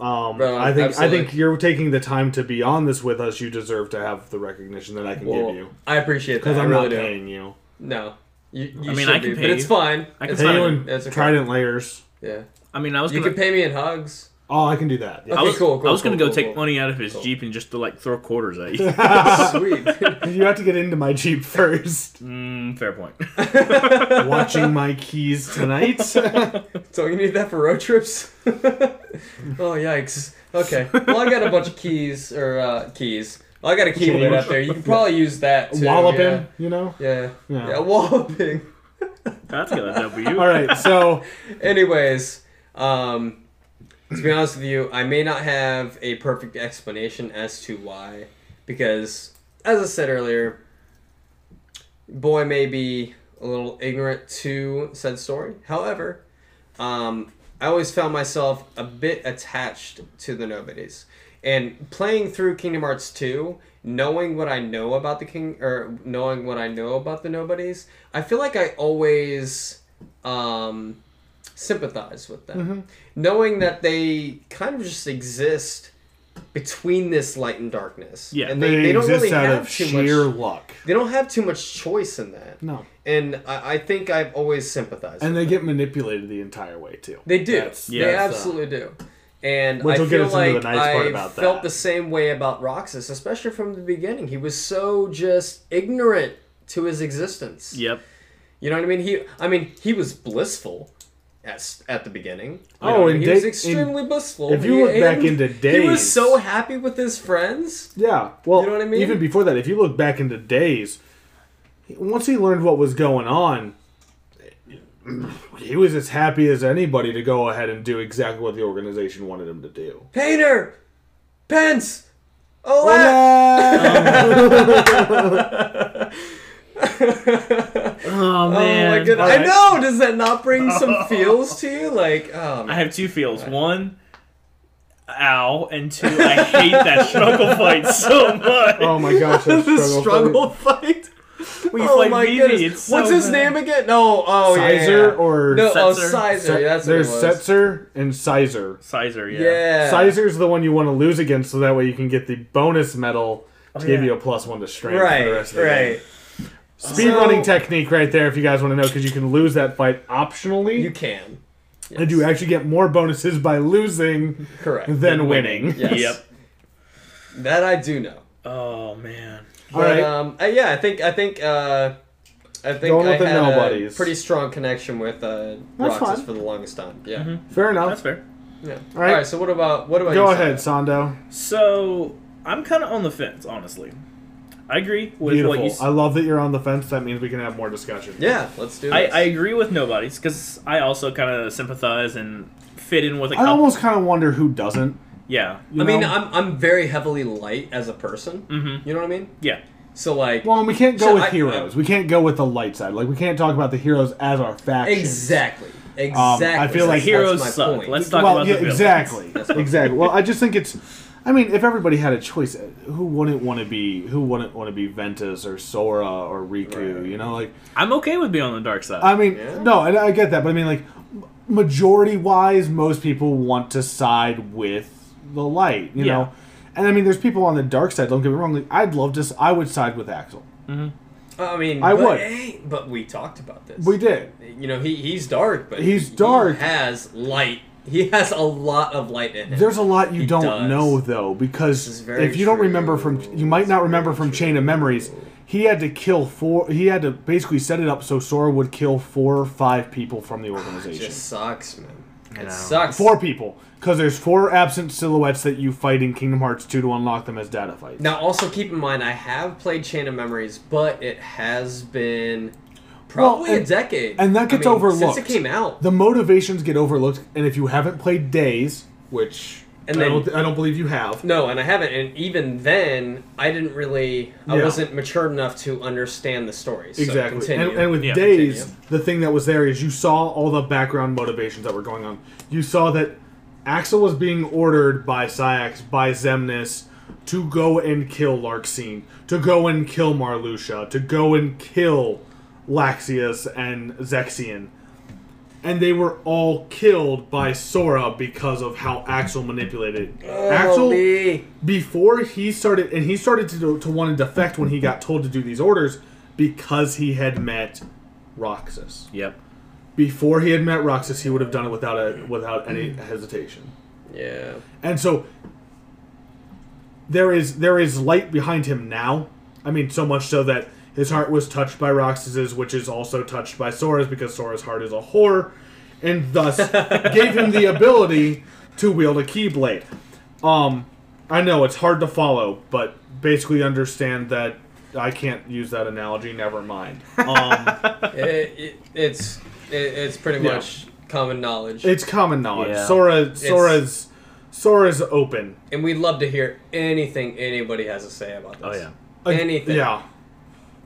Um, Right on, I think I think absolutely. you're taking the time to be on this with us. You deserve to have the recognition that I can Well, give you I appreciate that. because I I'm really not do. paying you. No, you, you I mean, should I can be, pay but you. it's fine. I can it's Pay you fine. in That's okay. Trident layers. Yeah, I mean, I was you gonna, can pay me <laughs> in hugs. Oh, I can do that. Yeah. I Okay, was, cool, cool, I was gonna cool, go cool, take cool. money out of his jeep and just to like throw quarters at you. <laughs> Sweet. <laughs> You have to get into my Jeep first. mm, fair point. Watching my keys <laughs> tonight. So you need that for road trips? <laughs> oh yikes! Okay. Well, I got a bunch of keys or uh, keys. I got a key Change. lit up there. You can probably use that. Too. Walloping, you know? Yeah. Yeah. Yeah. yeah. Walloping. That's gonna W. All right, so Anyways, um, to be honest with you, I may not have a perfect explanation as to why, because as I said earlier, boy may be a little ignorant to said story. However, um, I always found myself a bit attached to the nobodies, and playing through Kingdom Hearts two. Knowing what I know about the king, or knowing what I know about the nobodies, I feel like I always um, sympathize with them, Mm-hmm. knowing that they kind of just exist between this light and darkness. Yeah, they, and they, they don't exist really out have of too sheer much. luck. They don't have too much choice in that. No, and I, I think I've always sympathized. and with they get manipulated the entire way too. they do. That's- they yeah. absolutely do. And Which I will get feel us into like the nice part I about felt that. the same way about Roxas, especially from the beginning. He was so just ignorant to his existence. Yep. You know what I mean? He, I mean, he was blissful at, s- at the beginning. You Oh, know what I and mean? da- he was extremely blissful. if you He- look back and into he was days- so happy with his friends. Yeah, well, You know what I mean? even before that, if you look back into days, once he learned what was going on, he was as happy as anybody to go ahead and do exactly what the organization wanted him to do. Painter, Pence, oh, <laughs> <laughs> Oh oh man. my goodness! Alright. I know. Does that not bring <laughs> some feels to you? Like, oh, I man. have two feels. One, ow, and two, I hate that struggle fight so much. Oh my gosh, that the struggle. struggle fight. <laughs> We oh played my BZ, goodness. it's What's so his bad. name again? No, oh yeah, yeah. Sizer or no, oh Setzer? Sizer. Se- That's what it there's was. Setzer and Sizer. Sizer, yeah. Yeah. Sizer's the one you want to lose against, so that way you can get the bonus medal to Oh, give yeah. you a plus one to strength for the Right. rest of the game. Right. Speedrunning So- technique right there, if you guys want to know, because you can lose that fight optionally, You can. and you actually get more bonuses by losing Correct. than <laughs> winning. Yes. Yep. That I do know. Oh man. All But, right. Um, uh, yeah, I think I think uh, I think Going I with the had nobodies. a pretty strong connection with uh, That's Roxas fine. for the longest time. Yeah. Fair That's enough. fair. yeah. All right. right. So what about what about Go you, ahead, Simon? Sando. So I'm kind of on the fence, honestly. I agree with what Beautiful. you. s- I love that you're on the fence. That means we can have more discussion. Yeah, let's do I, this. I agree with nobody's because I also kind of sympathize and fit in with I a couple. almost kind of wonder who doesn't. yeah. you I mean, know? I'm I'm very heavily light as a person. Mhm. You know what I mean? Yeah. So like Well, and we can't go So with I- heroes. we can't go with the light side. Like we can't talk about the heroes as our faction. exactly, exactly. I feel like That's heroes my suck. point. Let's talk well, about yeah, the villains. exactly, That's what- exactly. Well, I just think it's. I mean, if everybody had a choice, uh, who wouldn't want to be who wouldn't want to be Ventus or Sora or Riku? Right. You know, like I'm okay with being on the dark side. I mean, Yeah. no, and I get that, but I mean, like majority wise, most people want to side with the light. You Yeah. know, and I mean, there's people on the dark side. Don't get me wrong. Like, I'd love to. s- I would side with Axel. I mean, I but, would. hey, but we talked about this. We did. You know, he he's dark, but He's he dark. has light. He has a lot of light in him. There's a lot you He don't does. know though, This is because very if you don't remember from, true. you might It's not very remember from true. Chain of Memories. He had to kill four. He had to basically set it up so Sora would kill four or five people from the It organization. <sighs> just sucks, man. It know. sucks. Four people, because there's four absent silhouettes that you fight in Kingdom Hearts 2 to unlock them as data fights. Now, also keep in mind, I have played Chain of Memories, but it has been probably Well, and- a decade, and that gets I mean, overlooked. since it came out. the motivations get overlooked, and if you haven't played Days, which And I, then- don't, I don't believe you have, no, and I haven't, and even then, I didn't really, I Yeah. wasn't mature enough to understand the stories. So Exactly. continue. and, and with Yeah. Days, Continue. the thing that was there is you saw all the background motivations that were going on. You saw that Axel was being ordered by Syax, by Zemnis, to go and kill Larxene, to go and kill Marluxia, to go and kill Laxius and Zexion. And they were all killed by Sora because of how Axel manipulated. Oh, Axel Holy- before he started and he started to, to want to defect when he got told to do these orders because he had met Roxas. yep. Before he had met Roxas, he would have done it without a without any hesitation. yeah, And so there is there is light behind him now. I mean, so much so that his heart was touched by Roxas's, which is also touched by Sora's because Sora's heart is a whore, and thus gave him the ability to wield a keyblade. Um, I know it's hard to follow, but basically understand that I can't use that analogy. Never mind. Um, it, it, it's it, it's pretty Yeah. much common knowledge, it's common knowledge. Yeah. Sora Sora's Sora's open. and we'd love to hear anything anybody has to say about this. Oh yeah. Like, Anything. Yeah.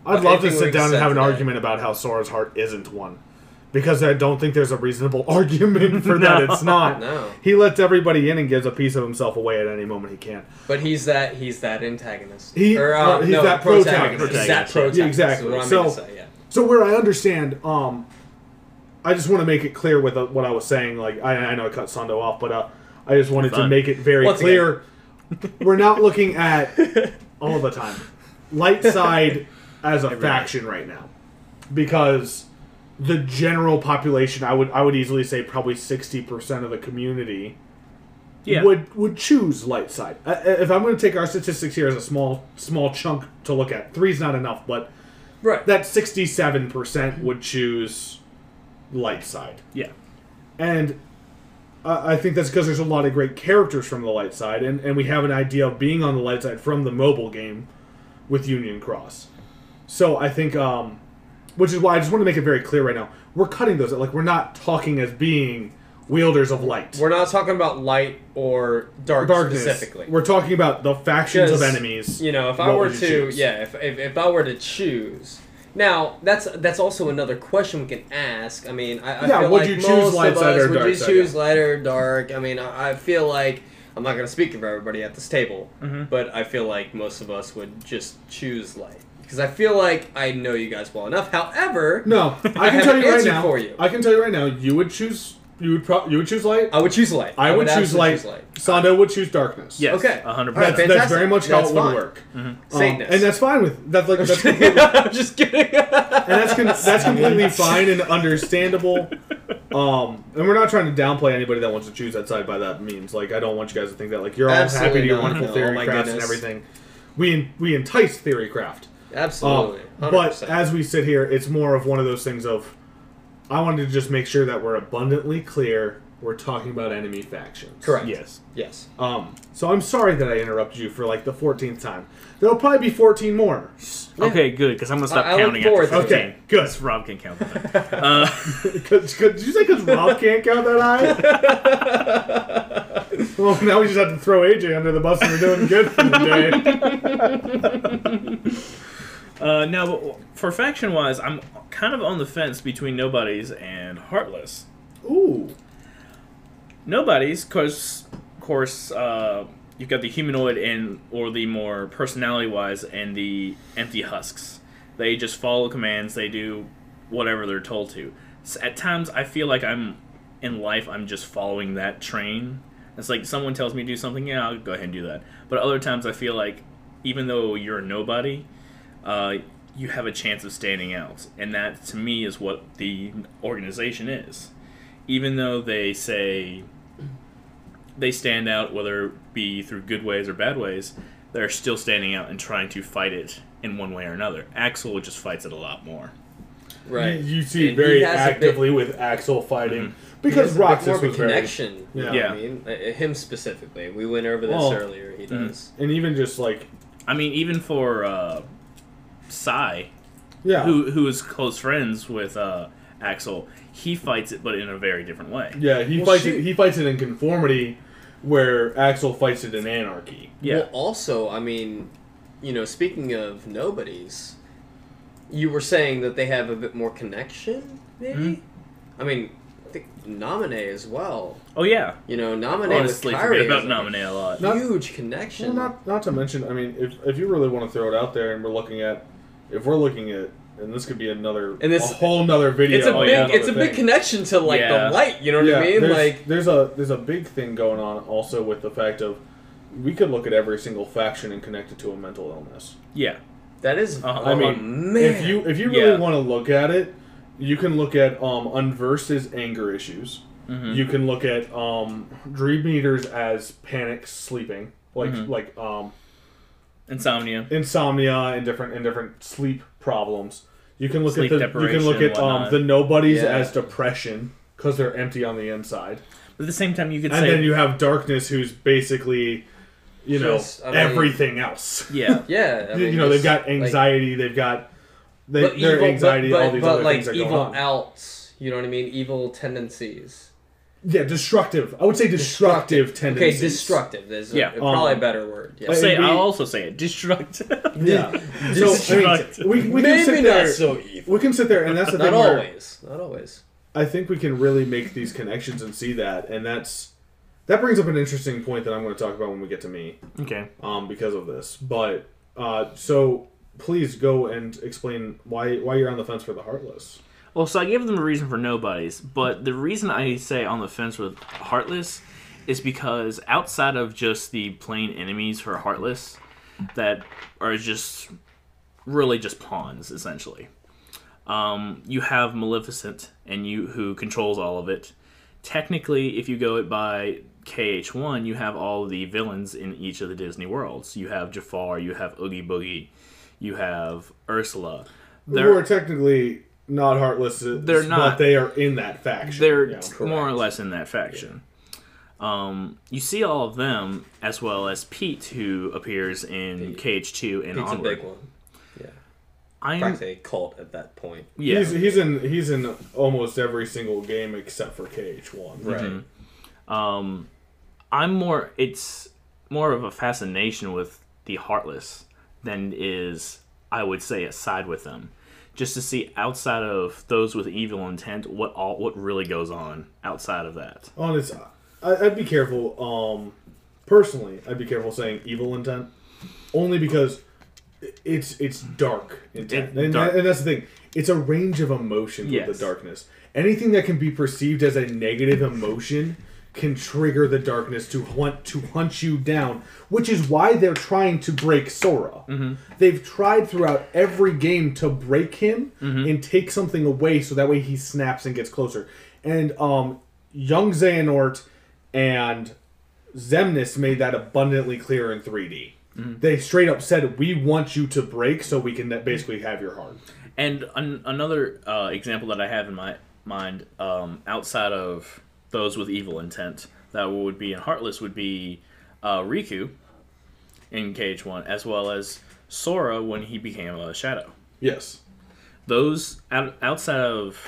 I'd love to anything sit we down and accept have an that. argument about how Sora's heart isn't one. Because I don't think there's a reasonable <laughs> argument for that. No. It's not. <laughs> No. He lets everybody in and gives a piece of himself away at any moment he can. But he's that he's that antagonist. He- or, uh, uh, he's no, that protagonist. protagonist. He's that protagonist. Yeah, exactly. is what I'm So- gonna say, yeah. So where I understand, um, I just want to make it clear with uh, what I was saying. Like I, I know I cut Sando off, but uh, I just wanted to Fine. make it very Once clear. <laughs> We're not looking at all the time light side as a faction right now, because the general population, I would I would easily say probably sixty percent of the community Yeah. would would choose light side. Uh, if I'm going to take our statistics here as a small small chunk to look at, three's not enough, but Right. that 67% would choose light side. yeah. And I I think that's because there's a lot of great characters from the light side, and, and we have an idea of being on the light side from the mobile game with Union Cross. So I think, um, which is why I just want to make it very clear right now, we're cutting those. out. Like, we're not talking as being wielders of light. We're not talking about light or dark Darkness. specifically. We're talking about the factions of Because, enemies. You know, if I What were would to, you choose? yeah, if, if, if I were to choose. Now that's that's also another question we can ask. I mean, I, I Yeah, feel would like you choose most light of side us or would dark you side, choose yeah. light or dark. I mean, I, I feel like I'm Mm-hmm. not going to speak for everybody at this table, but I feel like most of us would just choose light. because I feel like I know you guys well enough. However, <laughs> No, I can have tell an you right answer now. for you. I can tell you right now. You would choose. You would. Pro- you would choose light. I would choose light. I, would, choose, absolutely light. Sando would choose darkness. Yes. Okay. hundred All right, that's, percent. that's fantastic. very much how That's it would fine. work. Um, Satanists. and that's fine with that's like <laughs> that's completely, and I'm just kidding. <laughs> that's con- that's completely fine and <laughs> understandable. Um, and we're not trying to downplay anybody that wants to choose that side by that means. Like, I don't want you guys to think that like you're all Absolutely happy to your not. wonderful No, theory my crafts and goodness. everything. We we entice theory craft. Absolutely. Um, 100%. but as we sit here, it's more of one of those things of I wanted to just make sure that we're abundantly clear we're talking about enemy factions. correct. Yes. Yes. Um, so I'm sorry that I interrupted you for like the 14th time. There'll probably be 14 more. Okay, good, because I'm gonna stop I- I look counting after forward to it. 15. Okay, good. So Rob can count. them. Uh, Cause, 'cause- did you say because Rob can't count that high? well, now we just have to throw AJ under the bus and we're doing good for the day. uh, no, but for faction wise, I'm kind of on the fence between Nobodies and Heartless. Ooh. Nobodies, because of course uh, you've got the humanoid and or the more personality wise and the empty husks. They just follow commands. They do whatever they're told to. S at times, I feel like I'm in life. I'm just following that train. It's like someone tells me to do something. Yeah, I'll go ahead and do that. But other times, I feel like even though you're a nobody, uh, you have a chance of standing out, and that to me is what the organization is even though they say they stand out, whether it be through good ways or bad ways, they're still standing out and trying to fight it in one way or another. Axel just fights it a lot more. Right. You, you see And very he has a bit- actively with Axel fighting he because has a bit more Roxas of a was very connection. Yeah. Yeah. Yeah. I mean, Uh, uh, him specifically. We went over this Well, mm-hmm. earlier. He does. and even just like I mean, even for uh, Sai, yeah who who is close friends with uh, Axel, he fights it, but in a very different way. yeah he Well, fights shoot. it, he fights it in conformity where Axel fights it in anarchy. Yeah, Well, also, I mean, you know, speaking of nobodies, you were saying that they have a bit more connection, maybe. Hmm? I mean, I think Nominee as well. oh yeah. You know, Nominee Honestly, with Kyrie forget about is Nominee a lot. a huge connection. Well, not not to mention, I mean, if if you really want to throw it out there, and we're looking at, if we're looking at, and this could be another And this- a whole nother video. it's a oh, big, yeah, it's a big thing. connection to like Yeah. the light. You know what I mean? there's, Like, there's a there's a big thing going on also with the fact of we could look at every single faction and connect it to a mental illness. Yeah, that is, Uh, oh, I mean, man. If you if you really Yeah. want to look at it, you can look at um unverses anger issues. Hmm. Mm-hmm. You can look at um dream eaters as panic sleeping, like Mm-hmm. like um insomnia. insomnia and different and different sleep problems. You can look Sleep at the you can look deprivation, at um, whatnot. the nobodies Yeah. as depression because they're empty on the inside, But at the same time, you could and say then you have darkness, who's basically, you know, Just, I mean- everything else. yeah. yeah, I You- mean, you know, they've just, got like, anxiety, they've got they, but their evil- but- anxiety, but, all these but other like things that evil go on. outs. You know what I mean? Evil tendencies. yeah, destructive. I would say destructive, Okay, tendencies. destructive. There's a, Yeah. probably Um, a better word. Yeah. <laughs> but- Say, we- I'll also say it. Destruct. <laughs> Yeah. so I mean, Destructive. we, we can Maybe sit not there. so evil. we can sit there, and that's the Not thing. where- always. Not always. I think we can really make these connections and see that, and that's that brings up an interesting point that I'm going to talk about when we get to me, okay. um, because of this. But uh, so please go and explain why why you're on the fence for the heartless. Well, so I gave them a reason for nobodies, but the reason I say on the fence with Heartless is because outside of just the plain enemies for Heartless that are just really just pawns essentially, um, you have Maleficent and you who controls all of it. Technically, if you go it by KH1, you have all the villains in each of the Disney worlds. You have Jafar, you have Oogie Boogie, you have Ursula. Who are technically not heartless. They're but not. they are in that faction. they're you know. more or less in that faction. Um, you see all of them as well as Pete, who appears in KH2 and It's a onward. big one. I am, Practically a cult at that point. yeah, He's, he's in he's in almost every single game except for KH one. Right. I'm more. It's more of a fascination with the heartless than is I would say a side with them, just to see outside of those with evil intent what all what really goes on outside of that. On its, I, I'd be careful. Um, personally, I'd be careful saying evil intent, only because it's it's dark, in It's that. and, dark. and that's the thing. It's a range of emotions with Yes. the darkness. Anything that can be perceived as a negative emotion can trigger the darkness to hunt to hunt you down, which is why they're trying to break Sora. They've tried throughout every game to break him and take something away, so that way he snaps and gets closer. And um, young Xehanort and Zemnis made that abundantly clear in 3D. They straight up said, "We want you to break so we can basically have your heart." And an- another uh, example that I have in my mind, um, outside of those with evil intent, that would be in Heartless would be uh, Riku in KH1, as well as Sora when he became a shadow. Yes. Those out, outside of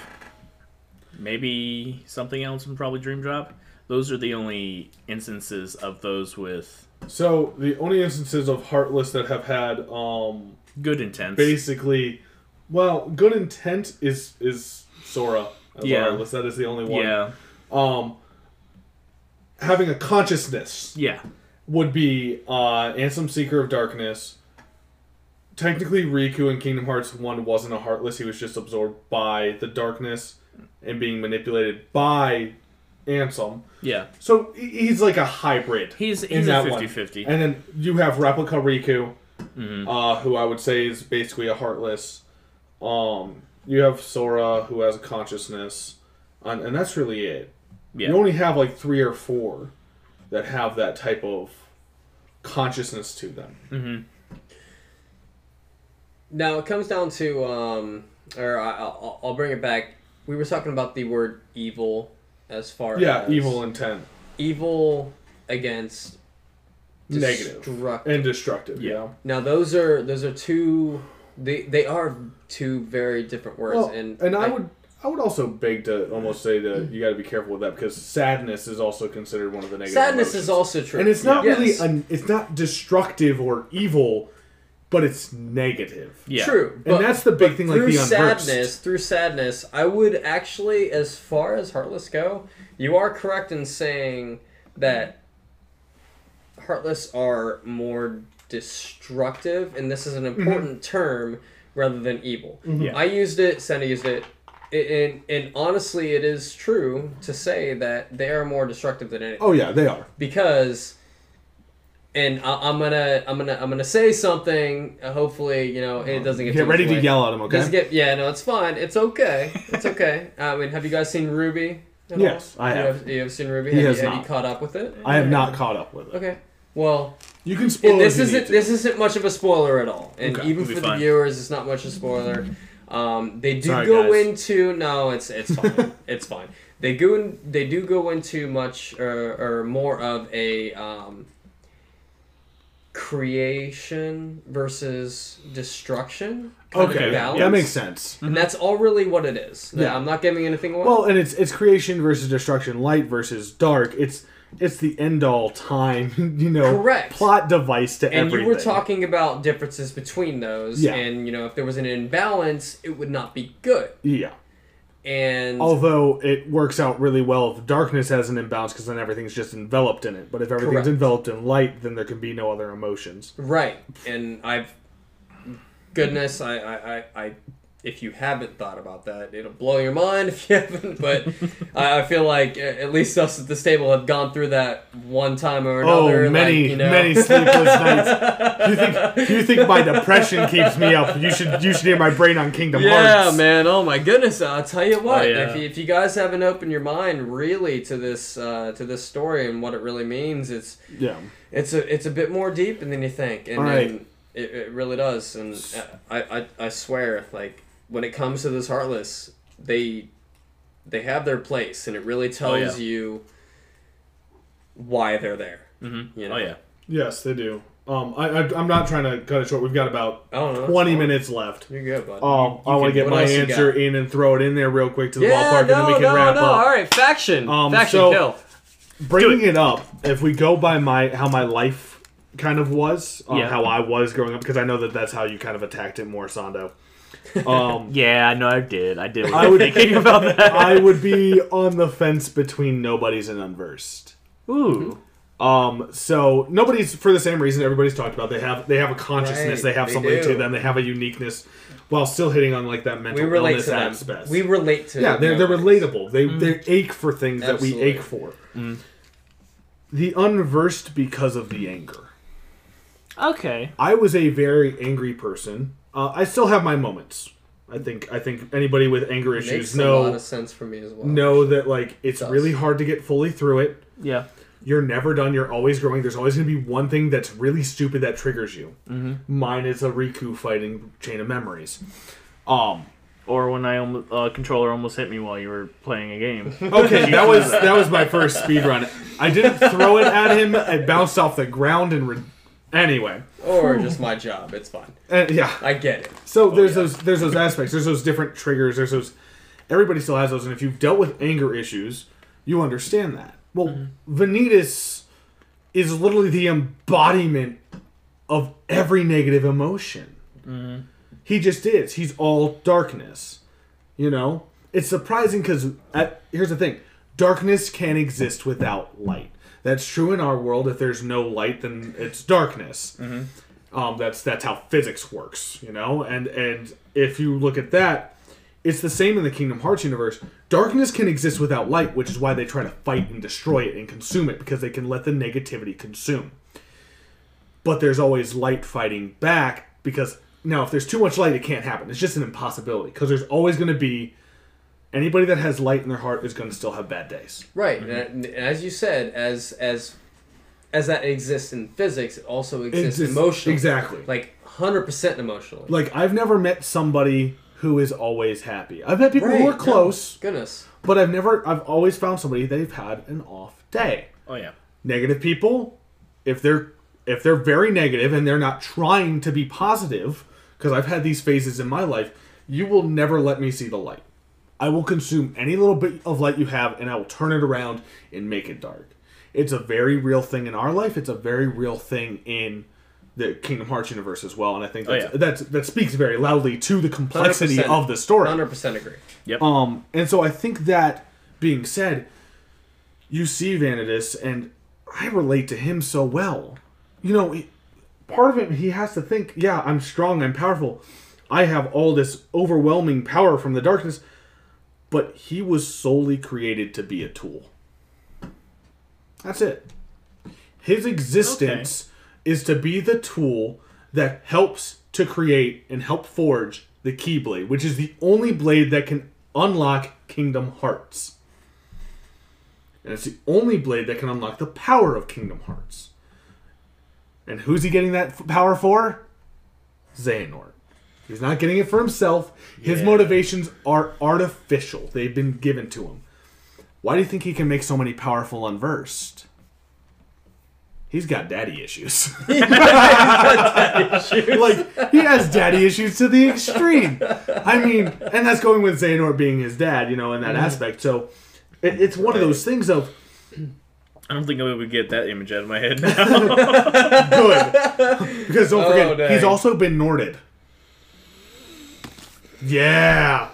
maybe something else and probably Dream Drop, those are the only instances of those with So the only instances of heartless that have had um, good intent. basically, well, good intent is is Sora. as Yeah. Heartless. That is the only one. yeah, Um, having a consciousness yeah, would be uh, Ansem Seeker of Darkness. Technically, Riku in Kingdom Hearts 1 wasn't a Heartless. He was just absorbed by the darkness and being manipulated by Ansem. yeah. So he- he's like a hybrid. He's in he's a that 50 one. 50. And then you have Replica Riku, Mm-hmm. uh, who I would say is basically a Heartless. Um, you have Sora, who has a consciousness. And, and that's really it. Yeah. You only have like three or four that have that type of consciousness to them. Now it comes down to, um, or I, I'll, I'll bring it back. We were talking about the word evil as far Yeah, as evil intent, evil against Negative. destruct- and destructive. Yeah. Now those are those are two. They they are two very different words, Well, and and, I, would. I would also beg to almost say <clears throat> that you got to be careful with that because sadness is also considered one of the negative. sadness emotions. is also true, and it's not Yes. really an, it's not destructive or evil, but it's negative. yeah. True, and that's the big thing. Like through the unversed. sadness, through sadness, I would actually, as far as Heartless go, you are correct in saying that Heartless are more destructive, and this is an Mm-hmm. important term rather than evil. Yeah. I used it, Senna used it, a- and and honestly, it is true to say that they are more destructive than anything Oh yeah, they are. because and I, I'm gonna I'm gonna I'm gonna say something. uh, Hopefully, you know it doesn't get Get too ready much to away. yell at them, okay? Doesn't get yeah no it's fine it's okay it's okay. <laughs> I mean have you guys seen Ruby? at Yes, all? I You have. have, you have seen Ruby. He have has you, have you not. caught up with it? I have not caught up with it. Okay. Well, You can spoil. and this if you isn't need to. this isn't much of a spoiler at all, and Okay, even we'll be for the fine. viewers, it's not much of a spoiler. Um, they do Sorry, go guys. into no, it's it's <laughs> fine, it's fine. They go in, they do go into much or, or more of a um, creation versus destruction kind Okay, of balance, that makes sense. and that's all really what it is. Mm-hmm. Yeah. I'm not giving anything away. Well, and it's it's creation versus destruction, light versus dark. It's it's the end all time, <laughs> you know, Correct. plot device to and everything. you were talking about differences between those, Yeah. and you know if there was an imbalance, it would not be good. yeah. And Although it works out really well if darkness has an imbalance because then everything's just enveloped in it. But if everything's Correct. enveloped in light, then there can be no other emotions. Right, and I've goodness, I, I, I, I, if you haven't thought about that, it'll blow your mind <laughs> if you <laughs> haven't. But I, I feel like a- at least us at this table have gone through that one time or another. oh, many like, you know. many <laughs> sleepless nights. You think you think my depression keeps me up? You should you should hear my brain on Kingdom Yeah, Hearts. man. Oh my goodness. I'll tell you what. Oh, yeah. if, you, if you guys haven't opened your mind really to this uh, to this story and what it really means, it's Yeah. it's a it's a bit more deep than you think, and, All right. and it, it really does. And I, I I swear, like when it comes to this heartless, they they have their place, and it Oh, really tells yeah. you why they're there. Mm-hmm. You know? Oh yeah. Yes, they do. Um, I, I I'm not trying to cut it short. We've got about I don't know. Uh, that's 20 fine. minutes left. You're good, bud. Um, I want to get what my else you answer got? in and throw it in there real quick to the yeah, ballpark, and then no, we can no, wrap no. up. All right, faction, Um, faction so- kill. Bringing it. up, if we go by my how my life kind of was, um, Yeah. how I was growing up, because I know that that's how you kind of attacked it more, Sando. Um, <laughs> Yeah, I know I did. I did. What I I was would- thinking about that. I would be on the fence between nobody's and unversed. Ooh. Um, so nobody's for the same reason everybody's talked about. They have they have a consciousness. Right, they have they something do. to them. They have a uniqueness, while still hitting on like that mental We relate illness to them. aspect. We relate to yeah, them. they're, they're relatable. They they ache for things that we Absolutely. ache for. The unversed because of the anger. Mm-hmm. Okay. I was a very angry person. Uh, I still have my moments. I think I think anybody with anger Makes issues a lot know of sense for me as well. know that like it's Does. really hard to get fully through it. Yeah. You're never done. You're always growing. There's always going to be one thing that's really stupid that triggers you. Mm-hmm. Mine is a Riku fighting Chain of Memories. <laughs> Um. Or when I almost, uh, controller almost hit me while you were playing <laughs> a game. Okay, that was that was my first speed run. I didn't throw it at him. It bounced off the ground and re- anyway. Or just my job. It's fine. And yeah. I get it. So there's those there's those aspects. There's those different triggers. There's those. Everybody still has those, and if you've dealt with anger issues, you understand that. Well, Vanitas is literally the embodiment of every negative emotion. He just is. He's all darkness. You know, it's surprising because here's the thing: darkness can exist without light. That's true in our world. If there's no light, then it's darkness. Um, that's that's how physics works, you know. And and if you look at that, it's the same in the Kingdom Hearts universe. Darkness can exist without light, which is why they try to fight and destroy it and consume it because they can let the negativity consume. But there's always light fighting back because now if there's too much light, it can't happen. It's just an impossibility because there's always going to be anybody that has light in their heart is going to still have bad days. Right. And, and as you said, as as as that exists in physics, it also exists It's- emotionally. exactly. Like hundred percent emotionally. Like I've never met somebody who is always happy. I've met people who are yeah. close. Goodness. But I've never, I've always found somebody they've had an off day. oh yeah. Negative people, if they're if they're very negative and they're not trying to be positive, because I've had these phases in my life, you will never let me see the light. I will consume any little bit of light you have, and I will turn it around and make it dark. It's a very real thing in our life. It's a very real thing in the Kingdom Hearts universe as well, and I think that's, yeah. that's that speaks very loudly to the complexity 100%. of the story. Hundred percent agree. Um, and so I think that being said, you see Vanitas, and I relate to him so well. You know, he- part of him, he has to think, yeah, I'm strong, I'm powerful, I have all this overwhelming power from the darkness, but he was solely created to be a tool. That's it. His existence is to be the tool that helps to create and help forge the Keyblade, which is the only blade that can unlock Kingdom Hearts. And it's the only blade that can unlock the power of Kingdom Hearts. And who's he getting that f- power for? Xehanort. He's not getting it for himself. His Yeah. motivations are artificial. They've been given to him. Why do you think he can make so many powerful unversed? He's got daddy issues. <laughs> like he has daddy issues to the extreme. I mean, and that's going with Xehanort being his dad, you know, in that aspect. So it, it's one of those things of I don't think I would get that image out of my <laughs> head <laughs> now. good because don't Oh, forget he's dang. also been Norded. Yeah.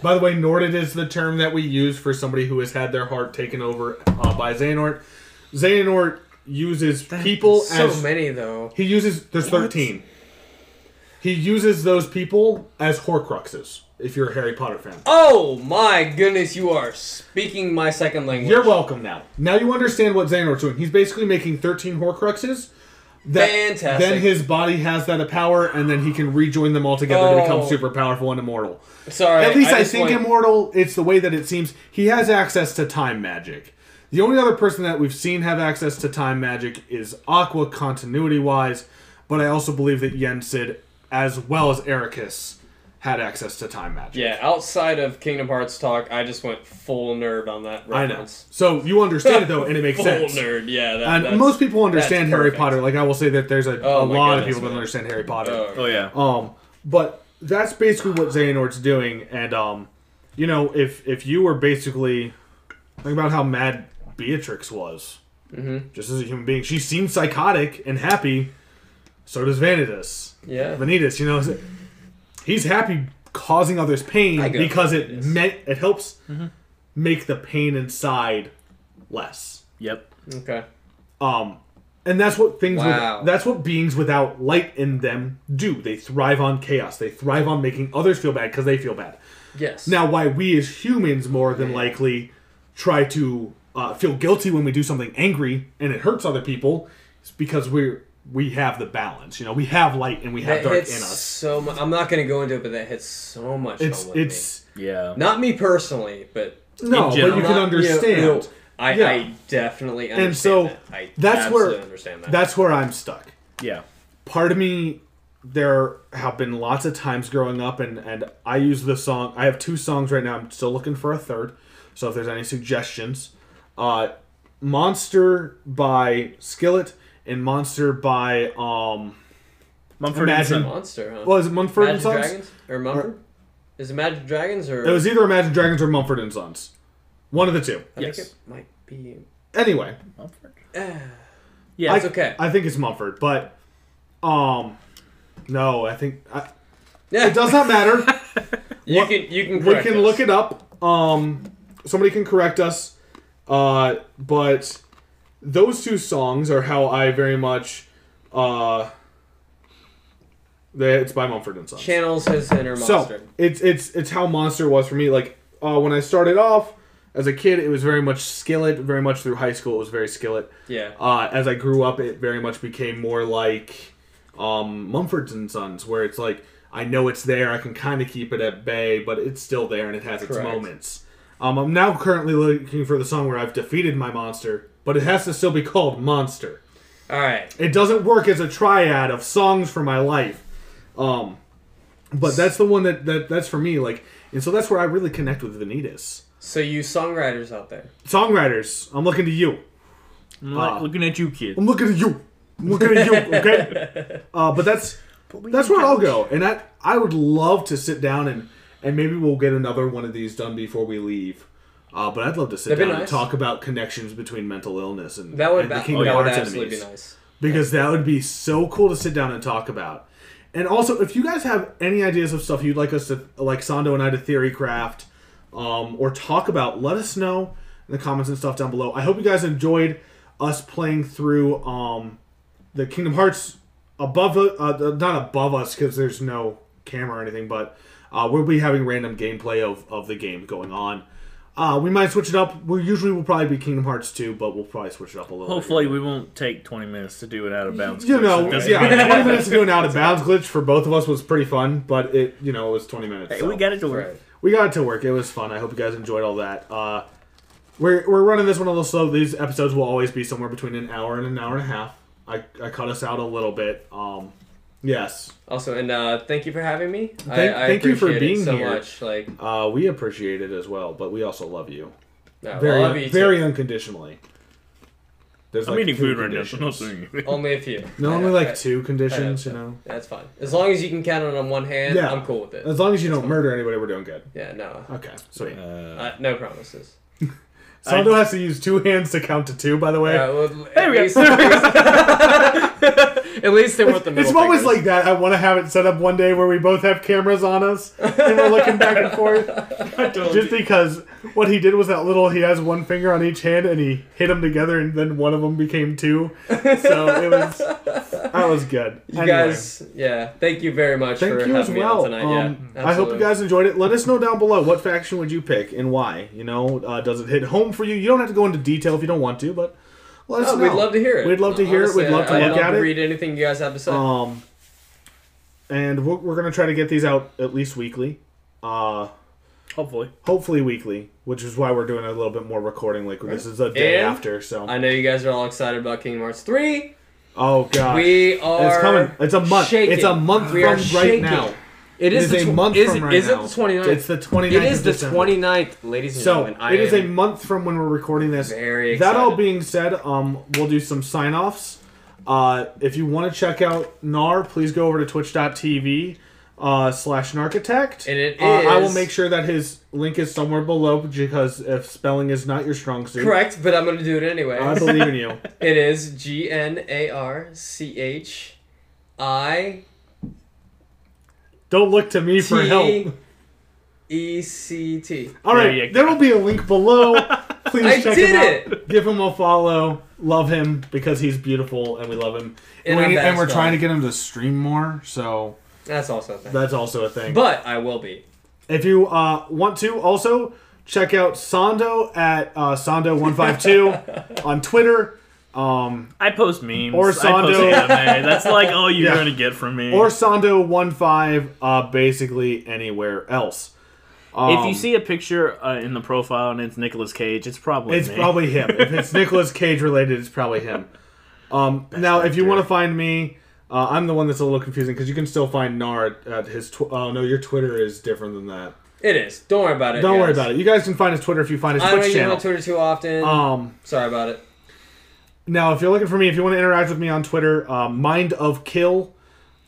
By the way, Norded is the term that we use for somebody who has had their heart taken over uh, by Xehanort. Xehanort uses people So as many though. He uses there's thirteen. He uses those people as Horcruxes. If you're a Harry Potter fan, Oh my goodness, you are speaking my second language. you're welcome now. Now you understand what Xehanort's doing. He's basically making thirteen Horcruxes. That, Fantastic. Then his body has that power, and then he can rejoin them all together to become Oh. super powerful and immortal. Sorry. At least I, just think want- immortal. It's the way that it seems. He has access to time magic. The only other person that we've seen have access to time magic is Aqua, continuity wise. But I also believe that Yensid, as well as Ericus, had access to time magic. Yeah, outside of Kingdom Hearts talk, I just went full nerd on that I know. reference. So you understand it though, and it makes <laughs> Full sense. nerd, yeah. That, And that's- most people understand that's Harry perfect. Potter. Like I will say that there's a, Oh a my lot of goodness, people that man. understand Harry Potter. Oh. oh yeah. Um, but that's basically what Xehanort's doing, and um, you know, if if you were basically think about how mad Beatrix was, mm-hmm. just as a human being, she seemed psychotic and happy. So does Vanitas. Yeah. Vanitas, you know, is- he's happy causing others pain I get Mm-hmm. because it Vanitas. meant it helps make the pain inside less. Yep. Okay. Um, and that's what things Wow. with, that's what beings without light in them do. They thrive on chaos. They thrive on making others feel bad because they feel bad. Yes. Now, why we as humans more than likely try to uh, feel guilty when we do something angry and it hurts other people is because we're we have the balance. You know, we have light and we have that dark in hits us. so much. I'm not gonna go into it, but that hits so much. It's home with it's Yeah. me. not me personally, but no, but you general. can Not- understand. no, I, Yeah. I definitely understand And so, that. I that's where- absolutely understand that. That's where I'm stuck. Yeah. part of me there have been lots of times growing up and and i use the song i have two songs right now i'm still looking for a third so if there's any suggestions uh monster by skillet and monster by um Mumford Imagine- and Son. monster, huh? well is it mumford Magic and sons Dragons or Mumford? Is it Magic Dragons or it was either imagine dragons or mumford and sons one of the two I think Yes. it might be. anyway Mumford. Ah, Yeah. it's okay. Uh, i think it's mumford but um no i think I, yeah, it does not matter You can you can we correct can us. look it up. Um, somebody can correct us. Uh, but those two songs are how I very much. Uh, they, it's by Mumford and Sons. channels his inner monster. So it's it's it's how Monster was for me. Like uh, when I started off as a kid, it was very much Skillet. Very much through high school, it was very Skillet. yeah, Uh, as I grew up, it very much became more like um, Mumford's and Sons, where it's like I know it's there, I can kind of keep it at bay, but it's still there and it has its Correct. moments. Um, I'm now currently looking for the song where I've defeated my monster, but it has to still be called Monster. all right. It doesn't work as a triad of songs for my life. Um, but that's the one that, that that's for me. Like, and so that's where I really connect with Vanitas. So you songwriters out there, Songwriters, I'm looking to you. I'm like looking at you, kid. I'm looking at you. I'm looking at you. <laughs> Okay. uh, but that's that's where I'll go, and I I would love to sit down and and maybe we'll get another one of these done before we leave. Uh, but I'd love to sit That'd be down and nice. talk about connections between mental illness and that would and ba- the that Kingdom would Hearts absolutely enemies be nice. because that would be so cool to sit down and talk about. And also, if you guys have any ideas of stuff you'd like us to, like Sando and I, to theory craft um, or talk about, let us know in the comments and stuff down below. I hope you guys enjoyed us playing through um, the Kingdom Hearts above, uh, not above us because there's no camera or anything, but uh, we'll be having random gameplay of, of the game going on. Uh, we might switch it up. We usually will probably be Kingdom Hearts 2, but we'll probably switch it up a little. bit. Hopefully, we won't take 20 minutes to do it out of bounds. You because know, it doesn't yeah, <laughs> matter. 20 minutes to do an out of bounds glitch for both of us was pretty fun, but it, you know, it was 20 minutes. Hey, so. we got it to work. Right. We got it to work. It was fun. I hope you guys enjoyed all that. Uh, we're, we're running this one a little slow. These episodes will always be somewhere between an hour and an hour and a half. I, I cut us out a little bit. Um, yes, Also, and uh, thank you for having me. I, Thank- I thank you for appreciate it being so here. much. Like, uh, we appreciate it as well, but we also love you I very love you too. very unconditionally. There's I'm like eating two food right now, so I'm not conditions. <laughs> saying <laughs> only a few. No, I only know, like right. two conditions, you know. That's fine. As long as you can count it on one hand, Yeah. I'm cool with it. As long as you don't murder anybody, we're doing good. Yeah, no, Okay, sweet. Uh, uh, no promises. Sando has to use two hands to count to two, by the way. Uh, well, There at we go. least- <laughs> at least they weren't the middle it's always fingers. like that. I want to have it set up one day where we both have cameras on us and we're looking back and forth. <laughs> Just because what he did was that little, he has one finger on each hand and he hit them together and then one of them became two. So it was, that was good. You Anyway, guys, yeah. Thank you very much for Thank you having as me well. on tonight. Um, yeah, I hope you absolutely. guys enjoyed it. Let us know down below what faction would you pick and why. You know, uh, does it hit home for you? You don't have to go into detail if you don't want to, but let us Oh, know. we'd love to hear it. We'd love to hear it. We'd Honestly, love to I- I'd look at to it. Read anything you guys have to say. Um, and we're, we're gonna try to get these out at least weekly, uh, hopefully. hopefully weekly, which is why we're doing a little bit more recording. Like this is a day And- after, so I know you guys are all excited about Kingdom Hearts three. oh god, We are. it's coming. It's a month. shaking. It's a month We from are right shaking. now. It It is, is the a tw- month is, from right is now. it the 29th? It's the 29th. it is of the December. 29th, ladies and So gentlemen. I it is a am month from when we're recording this. very That all excited. being said, um, we'll do some sign offs. Uh, if you want to check out NAR, please go over to twitch.tv uh, slash narchitect. And it uh, I will is- make sure that his link is somewhere below because if spelling is not your strong suit, correct, but I'm gonna do it anyway. <laughs> I believe in you. It is G N A R C H I Don't look to me for T help. E C T. All There right, you there <laughs> go. will be a link below. Please I check did him out. it! Give him a follow. love him because he's beautiful and we love him. In And, we, our and we're best, trying uh, to get him to stream more, so That's also a thing. that's also a thing. But I will be. If you uh, want to, also check out Sando at uh, <laughs> Sando152 on Twitter. Um, I post memes. Or I post Sando. anime. That's like <laughs> all you're Yeah. gonna get from me. or Sando15 uh, basically anywhere else. if Um, you see a picture uh, in the profile and it's Nicolas Cage, it's probably It's me. probably him. If <laughs> it's Nicolas Cage related, it's probably him. Um, now, if you actor. want to find me, uh, I'm the one that's a little confusing because you can still find Nar at, at his. Tw- oh no, your Twitter is different than that. It is. Don't worry about it. Don't worry guys. about it. You guys can find his Twitter if you find his I don't Twitch use my channel. Twitter too often. Um, Sorry about it. now, if you're looking for me, if you want to interact with me on Twitter, uh, Mind of Kill,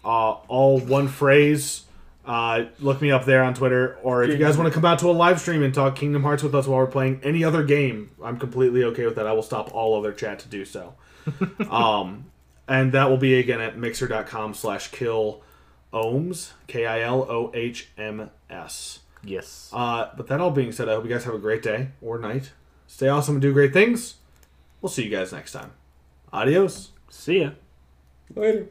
uh, all one phrase. Uh, look me up there on Twitter, or if you guys want to come out to a live stream and talk Kingdom Hearts with us while we're playing any other game, I'm completely okay with that. I will stop all other chat to do so. um, and that will be again at mixer.com slash kill ohms k i l o h m s. yes. Uh, but that all being said, I hope you guys have a great day or night. Stay awesome and do great things. We'll see you guys next time. Adios. see ya. Later.